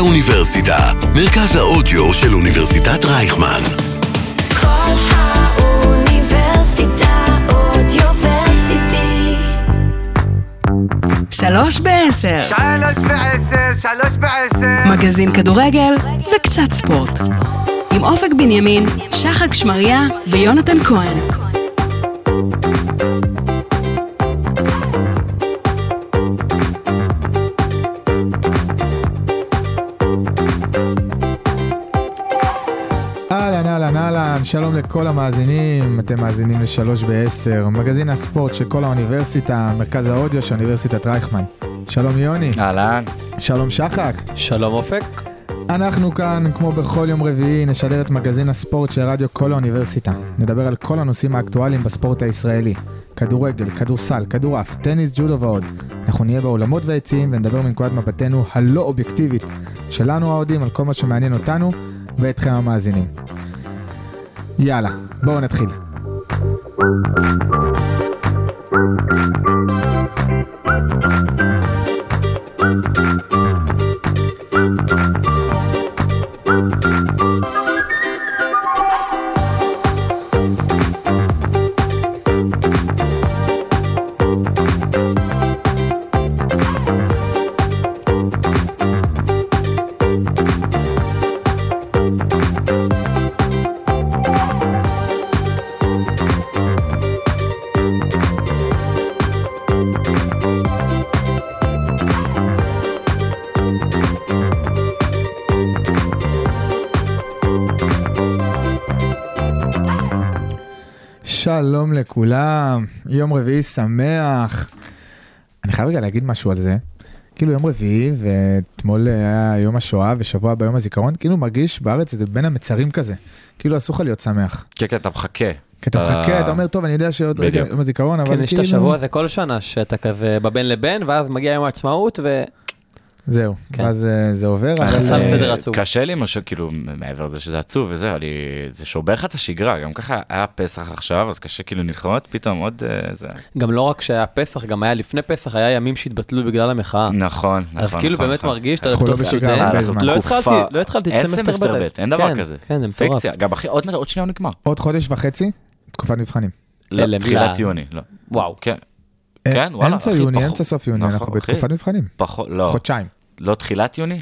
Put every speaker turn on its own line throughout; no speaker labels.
האוניברסיטה, מרכז האודיו של אוניברסיטת רייכמן.
כל האוניברסיטה אודיוורסיטי.
שלוש בעשר,
שלוש בעשר, שלוש בעשר.
מגזין כדורגל וקצת ספורט. עם אופק בנימין, שחק שמריה ויונתן כהן.
אהלן, אהלן, אהלן, שלום לכל המאזינים, אתם מאזינים לשלוש בעשר, מגזין הספורט של כל האוניברסיטה, מרכז האודיו של אוניברסיטת רייכמן. שלום יוני,
אהלן.
שלום שחק.
שלום אופק.
אנחנו כאן, כמו בכל יום רביעי, נשדר את מגזין הספורט של רדיו כל האוניברסיטה. נדבר על כל הנושאים האקטואליים בספורט הישראלי. כדורגל, כדורסל, כדורעף, טניס, ג'ודו ועוד. אנחנו נהיה באולמות והיציעים ונדבר מנקודת מבטנו הלא אובייקטיבית שלנו האוהדים על כל מה שמעניין אותנו ואתכם המאזינים. יאללה, בואו נתחיל. שלום לכולם, יום רביעי שמח. אני חייב רגע להגיד משהו על זה. כאילו יום רביעי, ואתמול היה יום השואה ושבוע ביום הזיכרון, כאילו מרגיש בארץ זה בין המצרים כזה. כאילו אסור לך להיות שמח.
כן, כן, אתה מחכה.
כי אתה מחכה, אתה אומר, טוב, אני יודע שעוד רגע
בדיוק.
יום הזיכרון, אבל
כן,
כאילו...
יש את השבוע הזה כל שנה, שאתה כזה בבין לבין, ואז מגיע יום העצמאות, ואתה
זהו,
כן.
ואז אה, זה עובר, אבל...
שם
אה,
סדר עצוב.
קשה לי משהו, כאילו, מעבר לזה שזה עצוב וזה, אבל היא- זה שובר לך את השגרה, גם ככה היה פסח עכשיו, אז קשה כאילו ללחוץ, פתאום עוד אה, זה...
גם לא רק שהיה פסח, גם היה לפני פסח, היה ימים שהתבטלו בגלל המחאה.
נכון, נכון,
אה. אז
נכון.
כאילו באמת
נכון. אה,
מרגיש, אתה
אנחנו לא
בתור
בשגרה
סטודנט.
הרבה
אנחנו
זמן.
לא
תקופה-
התחלתי- לא התחלתי את
אין
סמסטר ב'.
ב', אין דבר
כן,
כזה.
כן, זה מטורף.
פיקציה. גם אחי, עוד מעט, עוד שנייה הוא נגמר.
עוד חודש וחצי, תקופת מבחנים.
לא,
למלאה.
תחילת יוני, לא.
וואו.
כן,
אה,
כן, וואלה,
אמצע
אחי,
יוני,
פחות-
אמצע סוף יוני,
נכון,
אנחנו
אחי.
בתקופת מבחנים.
פחות, לא.
חודשיים.
לא תחילת יוני?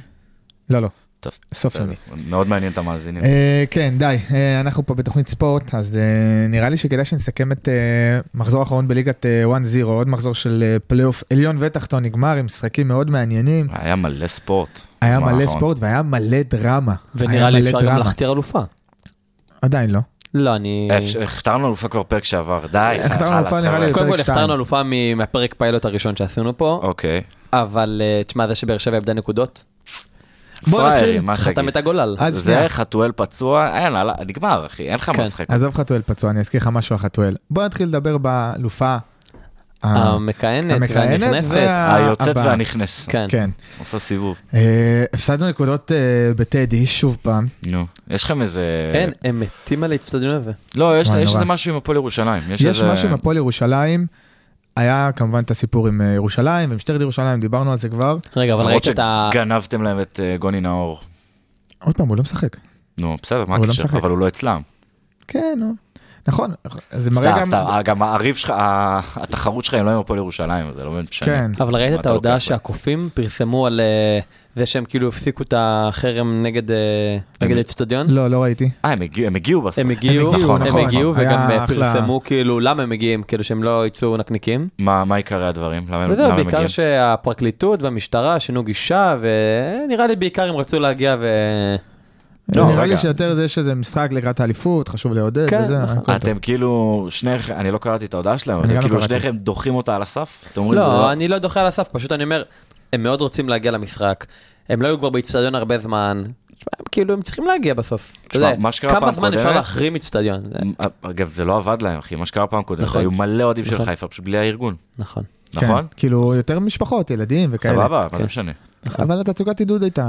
לא, לא,
טוב,
סוף יוני.
בסדר. מאוד מעניין את המאזינים.
אה, כן, די, אה, אנחנו פה בתוכנית ספורט, אז אה, נראה לי שכדאי שנסכם את אה, מחזור האחרון בליגת אה, 1-0, עוד מחזור של אה, פלייאוף עליון ותחתון נגמר עם משחקים מאוד מעניינים.
היה מלא ספורט. נכון.
היה
בזמן
מלא
האחרון.
ספורט והיה מלא דרמה. היה
ונראה לי
מלא
אפשר גם
דרמה.
להכתיר אלופה.
עדיין לא.
לא, אני...
אה, אפשר- הכתרנו אלופה כבר פרק שעבר, די. אה,
הכתרנו
חלאס,
אלופה, נראה
חבר'ה.
לי,
קודם
פרק
כל
שתיים.
הכתרנו אלופה מ- מהפרק פיילוט הראשון שעשינו פה,
אוקיי.
אבל אה, תשמע, זה שבאר שבע איבדה נקודות,
בוא נתחיל.
פראיירים, מה
חתם
תגיד?
את הגולל.
עד שנייה.
זה חתואל פצוע, אין, עלה- נגמר אחי, אין לך
כן.
מה לשחק.
עזוב חתואל פצוע, אני אזכיר לך משהו על חתואל. בוא נתחיל לדבר באלופה. ה-
אמ, המכהנת
אה, המכהנת
והנכנסת.
וה-
היוצאת
הבא.
אה, והנכנסת,
כן.
כן.
עושה סיבוב.
אה, הפסדנו נקודות אה, בטדי, שוב פעם.
נו, יש לכם איזה...
כן, הם מתים על האצטדיון הזה.
לא, יש
וואי,
יש
נורא.
איזה משהו עם הפועל ירושלים.
יש
איזה-
משהו עם הפועל ירושלים. היה כמובן את הסיפור עם אה, ירושלים, עם משטרת ירושלים, דיברנו על זה כבר.
רגע, אבל
למרות
ראית את ה...
שגנבתם להם את אה, גוני נאור.
עוד פעם, הוא לא משחק.
נו, בסדר, מה
הוא לא
הקשר?
משחק.
אבל הוא לא אצלם.
כן, נו. נכון, זה מראה
סתם,
גם...
סתם, אה, גם הריב שלך, ה- התחרות שלך היא לא עם הפועל ירושלים, זה לא באמת משנה.
כן.
אבל
מה
ראית את
אתה לוקח
ההודעה
לה?
שהקופים פרסמו על אה, זה שהם כאילו הפסיקו את החרם נגד אה, נגד האצטדיון?
לא, לא ראיתי.
אה, הם הגיעו- הם הגיעו בסוף.
הם הגיעו,
הגיעו,
הם
נכון,
הגיעו,
היה
וגם אה,
אחלה.
פרסמו כאילו למה הם מגיעים, כאילו שהם לא יצאו נקניקים.
מה מה עיקרי הדברים? למה הם אה, למה
וזהו,
הם
לא בעיקר
מגיעים?
שהפרקליטות והמשטרה שינו גישה, ונראה לי בעיקר הם רצו להגיע ו...
לא,
נראה לי
רגע.
שיותר זה שזה משחק לקראת האליפות, חשוב לעודד
כן,
וזה.
נכון.
הכל טוב.
אתם כאילו, שניכם, אני לא קראתי את ההודעה שלהם,
אני גם
אבל
לא
כאילו
קראתי.
שניכם דוחים אותה על הסף? אתם אומרים, זה
לא, אני לא דוחה על הסף, פשוט אני אומר, הם מאוד רוצים להגיע למשחק. הם לא היו כבר באיצטדיון הרבה זמן. תשמע, הם כאילו, הם צריכים להגיע בסוף. אתה
תשמע,
יודע,
מה שקרה פעם
כמה זמן אפשר
קודמת-
להחרים איצטדיון? זה-
אגב, זה לא עבד להם, אחי, מה שקרה פעם קודמת,
נכון.
היו מלא אוהדים של
נכון.
חיפה, פשוט בלי הארגון,
נכון.
כן,
נכון?
כאילו, יותר משפחות, ילדים וכאלה. נכון.
סבבה, מה זה
כן.
משנה?
אבל התצוגת עידוד הייתה...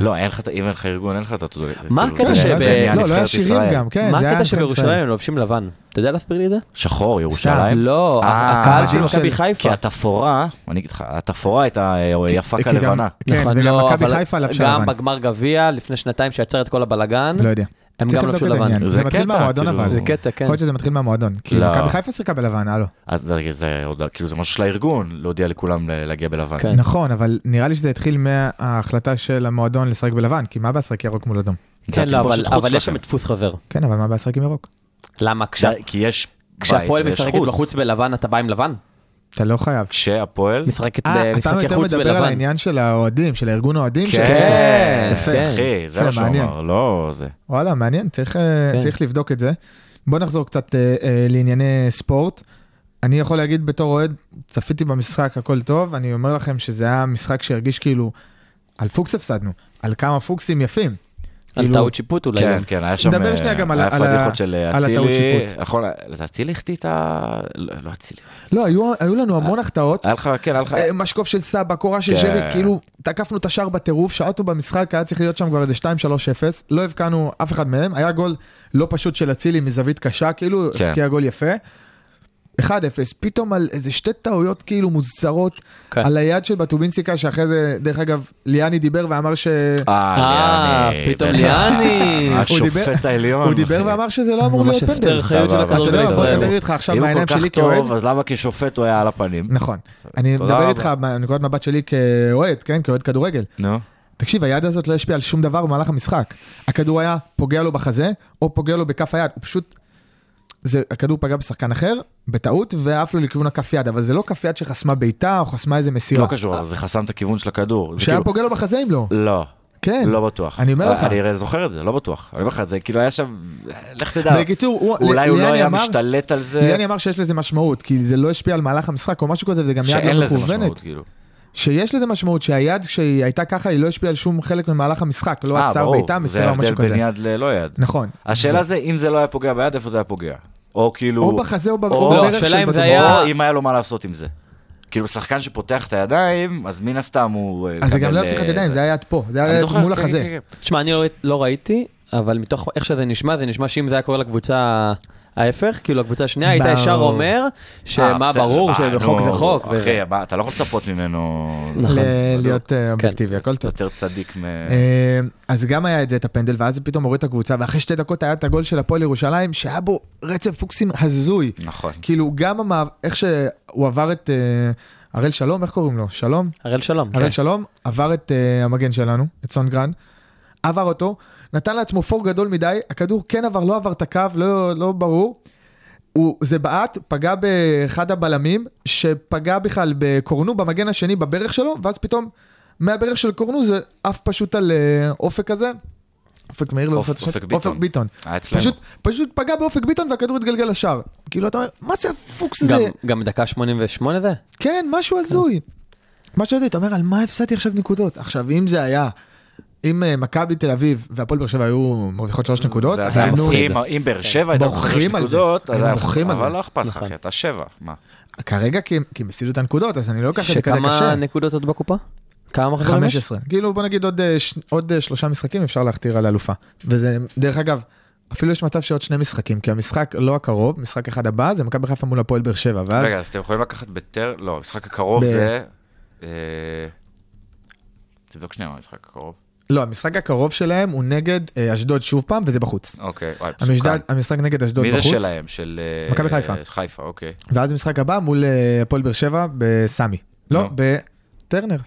לא, אין לך, את- אם אין לך ארגון, אין לך את התעודה.
מה
כאילו,
הקטע
זה-
שב-
זה עניין
לא, לא היה
נבחרת
שירים
ישראל.
גם, כן.
מה
זה היה
הקטע
נבחרת ישראל.
שבירושלים הם לובשים לבן? אתה יודע להסביר לי את זה?
שחור, ירושלים.
לא,
אה,
הקהל של כן,
המדים
מכבי
של-
כי
חיפה.
התפאורה, אני אגיד לך, התפאורה הייתה אה,
כי-
יפק
כי גם-
הלבנה.
כן,
נכון,
וגם
לא,
מכבי
אבל
חיפה לבשה
גם
לבן.
בגמר גביע לפני שנתיים שיצר את כל הבלגן,
לא יודע.
הם
צריך
גם
לבדוק
לבשו
את
לבן.
העניין.
זה
זה מתחיל
קטע,
מהמועדון
כאילו.
אבל.
זה קטע, כן.
יכול להיות שזה מתחיל מהמועדון. כי
לא.
מכבי חיפה שיחקה בלבן, הלו.
אז זה- זה עוד, כאילו זה משהו של הארגון, להודיע לכולם ל- להגיע בלבן.
כן.
נכון, אבל נראה לי שזה התחיל מההחלטה של המועדון לשחק בלבן, כי מה הבעיה לשחק ירוק מול אדום?
זה
כן, לא,
התלבושת
אבל-
חוץ
אבל יש
שלכם.
שם את דפוס חבר.
כן, אבל מה הבעיה לשחק עם ירוק?
למה?
זה-
כשה-
כי יש בית
כשהפועל
ויש
משחקת
חוץ.
בחוץ בלבן, אתה בא עם לבן?
אתה לא חייב.
כשהפועל...
משחקת
אה, אתה
במשחקי
יותר
חוץ
מדבר על
בלבן.
העניין של האוהדים, של הארגון האוהדים?
כן,
שכן. יפה.
כן.
אחי, זה
יפה,
מה שהוא
מעניין.
אמר, לא זה.
וואלה, מעניין, צריך, אה,
כן.
צריך לבדוק את זה. בוא נחזור קצת אה, אה, לענייני ספורט. אני יכול להגיד בתור אוהד, צפיתי במשחק, הכל טוב, אני אומר לכם שזה היה משחק שהרגיש כאילו, על פוקס הפסדנו, על כמה פוקסים יפים.
על
כאילו-
טעות שיפוט אולי.
כן,
גם.
כן, היה שם...
נדבר
אה,
שנייה גם על
היה
ה- על ה-
פדיחות של אה,
על הטעות
אצילי.
שיפוט.
נכון, זה אצילי החטיא את ה... לא, לא אצילי.
לא, היו, היו לנו המון
אה,
החטאות.
היה לך, כן, היה לך...
אה, משקוף של סבא, קורה של
כן.
שרי, כאילו, תקפנו את השער בטירוף, שעטנו במשחק, היה צריך להיות שם כבר איזה 2-3-0, לא הבקענו אף אחד מהם, היה גול לא פשוט של אצילי מזווית קשה, כאילו,
כן.
הבקיע גול יפה. 1-0, פתאום על איזה שתי טעויות כאילו מוזרות,
כן.
על היד של בטובינסיקה, שאחרי זה, דרך אגב, ליאני דיבר ואמר ש...
אה,
ליאני,
פתאום
בטח.
ליאני.
הוא דיבר-
השופט העליון.
הוא דיבר
אחי.
ואמר שזה לא אמור
ממש
להיות פנדל.
הפטר חיות של
אתה
סבבה.
יודע, בוא
הכדורגל
נדבר
בישראל.
איתך עכשיו
אם הוא
מהעיניים
כל
שלי
כך
כאוהד.
טוב, אז למה כשופט הוא היה על הפנים?
נכון. אני
תודה
מדבר
רבה.
איתך מנקודת מבט שלי כאוהד, כן? כאוהד כדורגל.
נו.
תקשיב, היד הזאת לא השפיעה על שום דבר במהלך המשחק. הכדור היה פוגע לו בחזה, או פוגע לו בכף היד. הוא פשוט... זה, הכדור פגע בשחקן אחר, בטעות, ועף לו לכיוון הכף יד, אבל זה לא כף יד שחסמה בעיטה או חסמה איזה מסירה.
לא קשור, אבל זה חסם את הכיוון של הכדור. זה
שהיה
כאילו-
פוגע לו בחזה אם לא.
לא.
כן.
לא בטוח.
אני אומר לך.
אני הרי זוכר את זה, לא בטוח. אני אומר לך, זה כאילו היה שם, לך תדע.
בקיצור, הוא-
אולי הוא לא
ליאני
היה
אמר-
משתלט על זה,
ליאני אמר שיש לזה משמעות, כי זה לא השפיע על מהלך המשחק או משהו כזה, וזה גם יד
שאין
לא
לזה
מכוונת.
משמעות, כאילו.
שיש לזה משמעות, שהיד כשהיא הייתה ככה, היא לא השפיעה על שום חלק ממהלך המשחק, לא
אה,
עצר
ברור.
בעיטה, מסירה או משהו
זה
כזה.
ההבדל בין יד ללא יד.
נכון.
השאלה זה, אם זה לא היה פוגע ביד, איפה זה היה פוגע? או כאילו...
או בחזה או ב-
או-
או
לא,
בברך
השאלה
של
אם זה
בטוח.
היה-
או אם היה לו מה לעשות עם זה. כאילו, שחקן שפותח את הידיים, אז מן הסתם הוא... אה,
אז זה
מקבל,
גם לא
אה,
פתיחת ידיים, זה היה יד פה, זה
אני
היה יד
זוכר,
מול
כן,
החזה.
כן, כן, כן.
תשמע, אני לא- לא ראיתי, אבל מתוך איך שזה נשמע, זה נשמע שאם זה היה קורה לקבוצה ההפך, כאילו הקבוצה השנייה, היית
ברור.
ישר אומר, שמה
אה, בסדר,
ברור
מה,
שחוק
נו,
זה חוק. ו-
אחי, מה, אתה לא יכול לצפות ממנו...
נכון.
ל- להיות
כן.
אה, אובייקטיבי, הכל
אתה
טוב.
יותר צדיק מ...
אה, אז גם היה את זה, את הפנדל, ואז פתאום הוריד את הקבוצה, ואחרי שתי דקות היה את הגול של הפועל ירושלים, שהיה בו רצף פוקסים הזוי.
נכון.
כאילו, גם המעב- איך שהוא עבר את אה, הראל שלום, איך קוראים לו? שלום?
הראל שלום.
הראל
כן.
שלום עבר את אה, המגן שלנו, את סונגרן, עבר אותו, נתן לעצמו פור גדול מדי, הכדור כן עבר, לא עבר את הקו, לא, לא ברור. הוא, זה בעט, פגע באחד הבלמים, שפגע בכלל בקורנו, במגן השני, בברך שלו, ואז פתאום מהברך של קורנו זה עף פשוט על אה, אופק כזה. אופק מאיר, לא
אופ-
זוכר את השם.
אופק ביטון.
אופק ביטון.
היה אצלנו.
פשוט, פשוט פגע באופק ביטון והכדור התגלגל לשער. כאילו, אתה אומר, מה זה הפוקס הזה?
גם- גם דקה 88 זה?
כן, משהו הזוי. משהו הזוי, אתה אומר, על מה הפסדתי עכשיו נקודות? עכשיו, אם זה היה, אם אה, מכבי תל אביב והפועל באר שבע היו מרוויחות שלוש נקודות,
זה היה
היינו-
מפחיד. אם- אם באר שבע הייתה
בוחרים
חמש
כן. על זה.
נקודות, אז
היינו
היה לך-
בוחרים על
אבל
זה.
לא אכפת לך,
נכון.
כי אתה שבע. מה?
כרגע כי הם כי הם הפסידו את הנקודות, אז אני לא אקח את זה כזה
שכמה
קשה.
נקודות עוד בקופה? כמה מחזורים יש?
15. כאילו, בוא נגיד עוד, אה, ש- עוד אה, שלושה משחקים אפשר להכתיר על אלופה. וזה, דרך אגב, אפילו יש מצב שעוד שני משחקים, כי המשחק לא הקרוב, משחק אחד הבא, זה מכבי חיפה מול הפועל באר שבע, ואז
רגע, אז אתם יכולים לקחת בטר... לא, המשחק הקרוב
ב-
זה... אה, תבדוק שנייה מה המשחק הקרוב.
לא, המשחק הקרוב שלהם הוא נגד אה, אשדוד שוב פעם, וזה בחוץ.
אוקיי, וואי, פשוט
המשדד-
קל.
המשחק נגד אשדוד
מי זה
לא, בחוץ.
שלהם? של... אה,
מכבי חיפה.
אה, חיפה, אוקיי.
ואז המשחק הבא מול אה, הפועל באר שבע בסמי. לא,
לא.
בטרנר.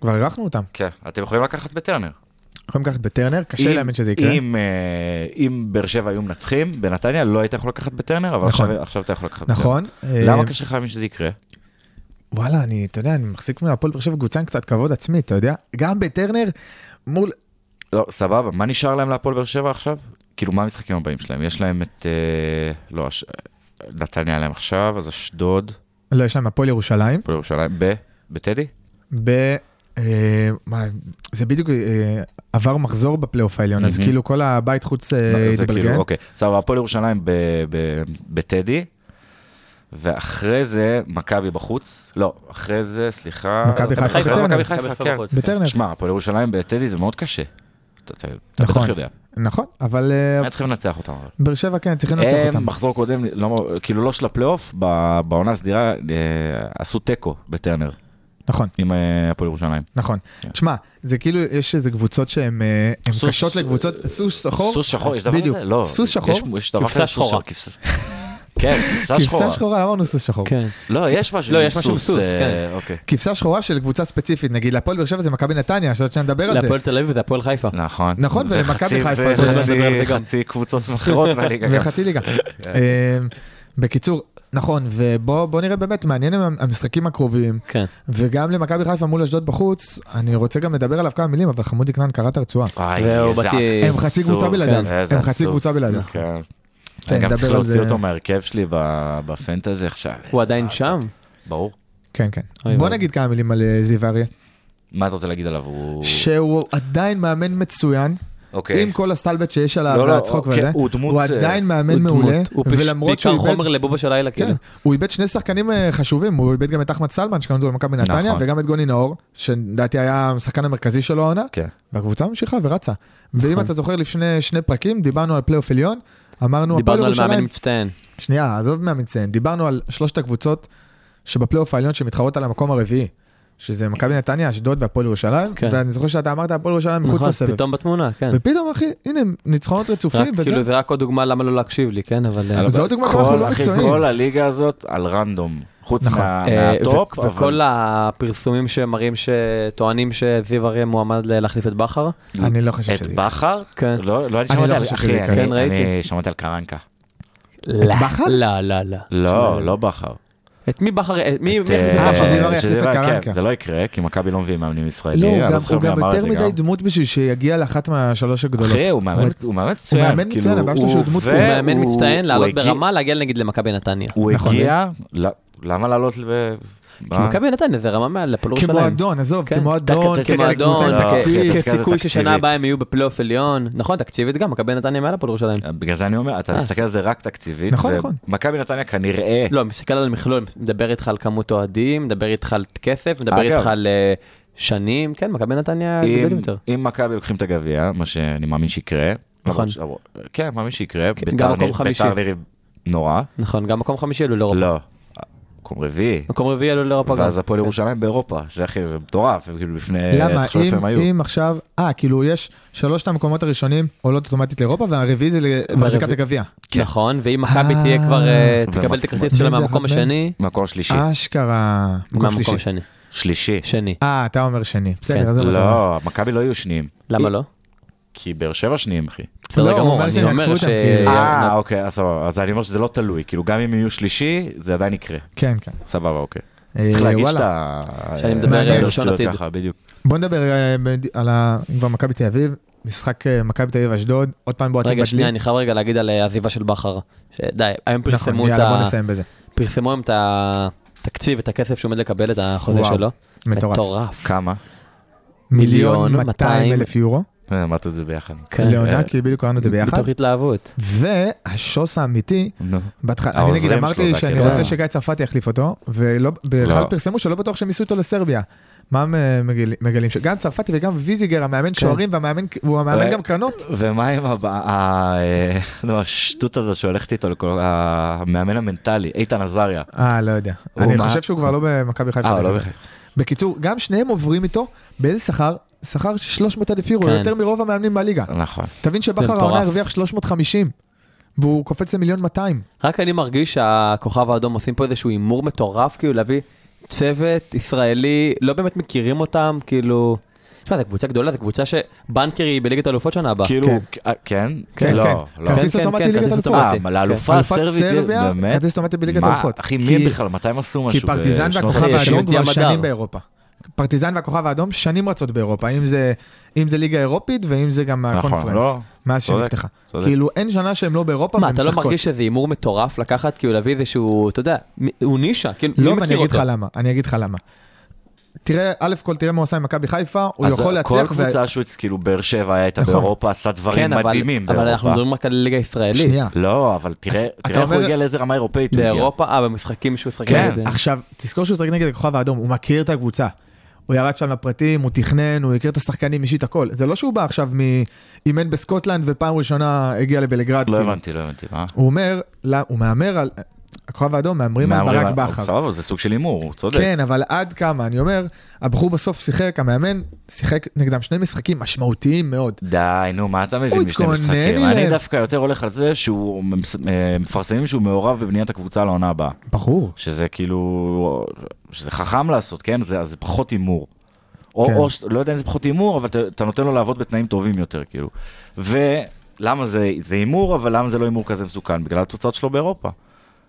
כבר אירחנו אותם.
כן, אתם יכולים לקחת בטרנר.
יכולים לקחת בטרנר, קשה
אם-
להאמין שזה יקרה.
אם, אה, אם באר שבע היו מנצחים, בנתניה לא היית יכול לקחת בטרנר, אבל
נכון.
עכשיו- עכשיו אתה יכול לקחת בטרנר.
נכון. אה,
למה קשה לך להאמין שזה יקרה?
וואלה, אני, אתה יודע, אני מחזיק מהפועל באר שבע קבוצה עם קצת כבוד עצמי, אתה יודע? גם בטרנר מול...
לא, סבבה, מה נשאר להם להפועל באר שבע עכשיו? כאילו, מה המשחקים הבאים שלהם? יש להם את... אה, לא, הש- נתניה היה להם עכשיו, אז אשדוד,
לא, יש להם הפועל ירושלים.
הפועל ירושלים, ב... בטדי?
ב... אה, מה, זה בדיוק אה, עבר מחזור בפלייאוף העליון, אז
מהמם.
כאילו כל הבית חוץ אה,
זה כאילו,
התבלגן.
אוקיי, סבבה, הפועל ירושלים ב- ב- בטדי, ואחרי זה, מכבי בחוץ, לא, אחרי זה, סליחה,
מכבי
אתה
חיפה
בחוץ?
בטרנר.
מכבי חיפה,
חיפה
כן.
בחוץ, כן.
בטרנר.
שמע, הפועל ירושלים בטדי זה מאוד קשה. אתה- אתה אתה
נכון.
בטח יודע.
נכון, אבל אה,
היה צריכים לנצח אותם. אבל.
באר שבע כן, צריכים לנצח
הם
אותם.
מחזור קודם, לא- כאילו לא של הפלייאוף, ב- בעונה הסדירה אה, עשו תיקו בטרנר
נכון,
עם אה, הפועל ירושלים.
נכון.
כן.
תשמע, זה כאילו, יש איזה קבוצות שהן אה, הן
סוס-
קשות לקבוצות, סוס שחור,
סוס שחור, יש דבר
בדיוק.
כזה? לא.
סוס שחור?
יש- יש דבר
כבשה
כזה סוס
שחורה.
שחור. כבשה- כן, כבשה
כבשה
שחורה.
שחורה, למה אמרנו סוס שחור?
כן.
לא, יש משהו
לא,
עם
יש משהו עם סוס,
אה,
כן.
אוקיי.
כבשה שחורה של קבוצה ספציפית, נגיד להפועל באר שבע זה מכבי נתניה, עכשיו שנדבר על זה.
להפועל תל אביב זה הפועל חיפה.
נכון.
נכון,
וחצי-
ומכבי חיפה זה-
וחצי-
נדבר על זה גם.
חצי קבוצות אחרות מהליגה. גם.
וחצי ליגה.
כן.
אה, בקיצור, נכון, ובוא נראה באמת, מעניין הם המשחקים הקרובים,
כן.
וגם למכבי חיפה מול אשדוד בחוץ, אני רוצה גם לדבר עליו כמה מילים, אבל חמודי כנען קרע את הרצועה.
וואי,
זהו,
איזה
באתי-
עצוב.
הם חצי קבוצה בלעדיו,
כן, איזה
הם חצי
עצוב.
קבוצה בלעדיו.
כן.
כן,
אני גם
נדבר
צריך
על זה.
להוציא אותו מהרכב שלי ב- בפנטזי עכשיו.
הוא
איזה
אה,
עדיין
באסה.
שם?
ברור.
כן, כן.
אוי,
בוא
אוי.
נגיד כמה מילים על אה, זיו אריה,
מה אתה רוצה להגיד עליו? הוא...
שהוא עדיין מאמן מצוין,
אוקיי.
עם כל הסטלבט שיש עליו,
לא, לא,
והצחוק
אוקיי,
וזה,
הוא דמות,
הוא
אה,
עדיין מאמן
הוא דמות.
מעולה,
הוא פשוט
ולמרות שהוא
בעיקר
איבד...
חומר לבובה של הלילה,
כן,
כאילו.
הוא איבד שני שחקנים אה, חשובים, הוא איבד גם את אחמד סלמן שקנו אותו למכבי נתניה,
נכון.
וגם את גוני נאור, שלדעתי היה השחקן המרכזי שלו העונה,
כן.
והקבוצה ממשיכה ורצה. ואם אתה זוכר לפני שני פרקים, דיברנו על פלייאוף עליון, אמרנו, הפועל
דיברנו על מאמן
ירושלים,
מצטיין.
שנייה, עזוב מהמצטיין, דיברנו על שלושת הקבוצות שבפלייאוף העליון שמתחרות על המקום הרביעי, שזה מכבי נתניה, אשדוד והפועל ירושלים,
כן.
ואני זוכר שאתה אמרת הפועל ירושלים מחוץ
נכון,
לסבב.
פתאום בתמונה, כן.
ופתאום אחי, הנה הם ניצחונות
רק
רצופים וזה,
כאילו זה רק עוד דוגמה למה לא להקשיב לי, כן? אבל... אה,
אבל
זו דוגמה
כל-
אנחנו לא
אחי,
מקצועיים.
כל הליגה הזאת על רנדום. חוץ
נכון.
מה-
אה,
מהטופ,
ו- וכל הפרסומים שמראים שטוענים שזיו אריה מועמד ל- להחליף את בכר.
אני לא חושב
את
שזה.
בכר?
כן.
לא, לא, אני
אני
שמעתי
לא
על...
חושב שזה
אחי, אני-
יקרה.
כן, ראיתי.
אני שמעתי על קרנקה.
את
בכר?
לא, לא, לא.
לא, לא בכר.
את מי בכר? את מי?
את,
מי החליף את
אה,
אה,
בכר?
שזיו אריה
שזיו
החליף את
אריה, כן,
קרנקה.
זה לא יקרה, כי מכבי לא מביאים מאמנים
לא,
ישראלים.
הוא
אני
גם-
זוכר
הוא
מי
גם
אמר את
יותר
זה גם.
מדי דמות בשביל שיגיע לאחת מהשלוש הגדולות.
אחי, הוא מאמן-
אומרת,
הוא מאמן מצוין.
מאמן
כאילו,
מצוין, הבעיה שלו שהוא דמות
ו-
הוא
הוא מאמן
הוא-
מצטיין,
הוא
לעלות
הגיע-
ברמה, להגיע נגיד למכבי נתניה.
הוא
נכון.
הגיע, לא- למה לעלות ל...
כי מכבי נתניה זה רמה מעל הפועל ירושלים.
כמועדון, עזוב,
כן.
כמועדון,
דקה, דקה,
כקבוצה עם
כמועדון,
לא,
תקציב.
אחי,
כסיכוי ששנה
תקציבית.
הבאה הם יהיו בפלייאוף עליון. נכון, תקציבית גם, מכבי נתניה מעל הפועל ירושלים.
בגלל זה אני אומר, אתה
אה.
מסתכל על זה רק תקציבית.
נכון,
ו-
נכון.
מכבי נתניה כנראה,
לא, מסתכל על המכלול, מדבר איתך על כמות אוהדים, מדבר איתך על כסף, מדבר
אגב.
איתך על אה, שנים, כן, מכבי נתניה
אם-
גדולים יותר.
אם מכבי לוקחים את הגביע, מה שאני מאמין שיקרה.
נכון.
למרות ש- כן, מאמין שיקרה.
כן,
ביתר
גם מקום
נרא-
חמישי.
ביתר נראים נורא.
נכון, גם מקום חמישי עלו לאירופה.
לא. מקום רביעי.
מקום רביעי עלו לאירופה גם.
ואז הפועל
כן.
ירושלים באירופה, שזה אחי, זה מטורף, הם כאילו לפני...
למה?
אתה חושב
אם-
איפה הם היו.
אם עכשיו, אה, כאילו יש שלושת המקומות הראשונים עולות אוטומטית לאירופה, והרביעי זה למחזיקת הגביע.
כן.
נכון, ואם מכבי
אה,
תהיה כבר, אה,
ומק-
תקבל את הכרטיס שלה
מי
מהמקום
דרך
השני,
מקום שלישי.
אשכרה. לא? מקום
מהמקום
שלישי.
השני.
שלישי.
שני.
אה, אתה אומר שני.
כן.
בסדר, עזוב אותנו.
לא, מכבי לא יהיו שניים.
למה לא?
כי באר שבע שניים, אחי.
לא,
בסדר
הוא אומר
גמור, אני
שהם
אומר
לקחו
ש...
אותם, כאילו.
אה, אוקיי, אז סבבה. אז אני אומר שזה לא תלוי. כאילו, גם אם יהיו שלישי, זה עדיין יקרה.
כן, כן.
סבבה, אוקיי.
אה,
צריך להגיד
וואלה.
שאתה...
שאני
אה,
מדבר
אה,
על
אה,
ראשון
שטויות
עתיד.
ככה, בדיוק.
בוא נדבר אה, בד- על ה- אם כבר מכבי תל אביב, משחק אה, מכבי תל אביב אשדוד, עוד פעם בועטים
רגע,
בדלי.
שנייה, אני חייב רגע להגיד על אה, עזיבה של בכר. ש- די, היום
נכון,
פרסמו את
יאללה, בוא
ה...
נסיים בזה.
פרסמו היום את התקציב, את הכסף שהוא עומד לקבל, את החוזה
וואו,
שלו.
מטורף.
מטורף.
כמה?
מיליון
מיליון,
200 אלף יורו
אה, אמרת את זה ביחד.
כן.
לעונה, כי בדיוק קראנו את זה ביחד.
מתוך התלהבות.
והשוס האמיתי,
נו.
אה,
בהתחלה, אני
העוזרים
נגיד
שלו
אמרתי
זה
שאני
כן.
הקטע.
רוצה שגיא צרפתי יחליף אותו, ולא, בכלל
לא.
פרסמו שלא בטוח שהם ייסעו אותו לסרביה. מה הם אה, מגל- מגלים? שגם צרפתי וגם ויזיגר, המאמן
כן.
שוערים והמאמן, הוא המאמן
ו-
גם קרנות.
ומה עם הבא- ה- אה, נו, השטות הזו שהולכת איתו לכל... המאמן המנטלי, איתן עזריה.
אה, לא יודע.
הוא
אני
מה?
חושב שהוא כבר לא במכבי חיפה.
אה, לא
דרך אגב. בקיצור, גם שניהם עוברים איתו, באיזה שכר? שכר של 300 אלף יורו,
כן.
יותר מרוב המאמנים בליגה.
נכון.
תבין שבכר
מטורף.
העונה הרוויח 350, והוא קופץ למיליון 200.
רק אני מרגיש שהכוכב האדום עושים פה איזשהו הימור מטורף, כאילו להביא צוות ישראלי, לא באמת מכירים אותם, כאילו... תשמע, זו קבוצה גדולה, זו קבוצה שבנקר היא בליגת האלופות שנה הבאה.
כאילו,
כן.
אה, כן?
כן,
לא,
כן.
לא.
כרטיס
כן, כן,
אוטומטי
כן,
ליגת
כרטיס
אלופות.
אוטומטי.
אה, אבל לאלופה
אלופת
הסרבית,
סרביה,
באמת?
כרטיס אוטומטי בליגת
מה,
האלופות.
אחי,
כי-
מי הם בכלל? מתי הם עשו
כי
משהו?
פרטיזן
בשנות
והכוכב
ה-
האדום
שנות
כבר
ים
שנים
הדר.
באירופה. פרטיזן והכוכב האדום שנים רצות באירופה, אם זה, אם זה ליגה אירופית ואם זה גם
נכון,
הקונפרנס,
לא,
מאז
צודק,
שנפתחה.
צודק.
כאילו אין שנה שהם לא באירופה
מה,
והם
אתה לא
משחקות.
מרגיש שזה הימור מטורף לקחת, כאילו להביא איזשהו, אתה יודע, מ- הוא נישה, כאילו, מי
לא, ואני
מכיר
אגיד
אותו?
לך למה, אני אגיד לך למה. תראה, א' כל תראה מה הוא עשה עם מכבי חיפה, הוא
אז
יכול להצליח.
כל
ו-
קבוצה שהוא, כאילו, באר שבע היה איתה
נכון.
באירופה, עשה דברים
כן, אבל-
מדהימים
אבל אנחנו
באירופה.
מדברים רק על ליגה ישראלית.
שנייה.
לא, אבל תראה
אז אתה
תראה איך הוא
אומר-
הגיע לאיזה רמה אירופאית. הוא הגיע.
באירופה, אה, במשחקים שהוא שחק
כן,
נגד-
עכשיו, תזכור שהוא שחק נגד הכוכב האדום, הוא מכיר את הקבוצה. הוא ירד שם לפרטים, הוא תכנן, הוא הכיר את השחקנים אישית, הכל. זה לא שהוא בא עכשיו מ... אימן בסקוטלנד ופעם ראשונה הגיע לבלגרד.
לא
כאילו.
הבנתי, לא הבנתי, מה?
הוא אומר, לא, הוא מהמר על... הכוכב האדום מהמרים על
מהמרים
ברק
על-
בכר.
סבבה, זה סוג של הימור, הוא צודק.
כן, אבל עד כמה, אני אומר, הבחור בסוף שיחק, המאמן שיחק נגדם שני משחקים משמעותיים מאוד.
די, נו, מה אתה מבין משני
התכונן
משחקים? אני
אליהם.
דווקא יותר הולך על זה שהוא, ממס- אה, מפרסמים שהוא מעורב בבניית הקבוצה לעונה הבאה.
ברור.
שזה כאילו, שזה חכם לעשות, כן? זה, אז זה פחות הימור. או,
כן.
או, ש- לא יודע אם זה פחות הימור, אבל אתה, אתה נותן לו לעבוד בתנאים טובים יותר, כאילו. ולמה זה, זה הימור, אבל למה זה לא הימור כזה מסוכן? בגלל התוצאות שלו באירופה.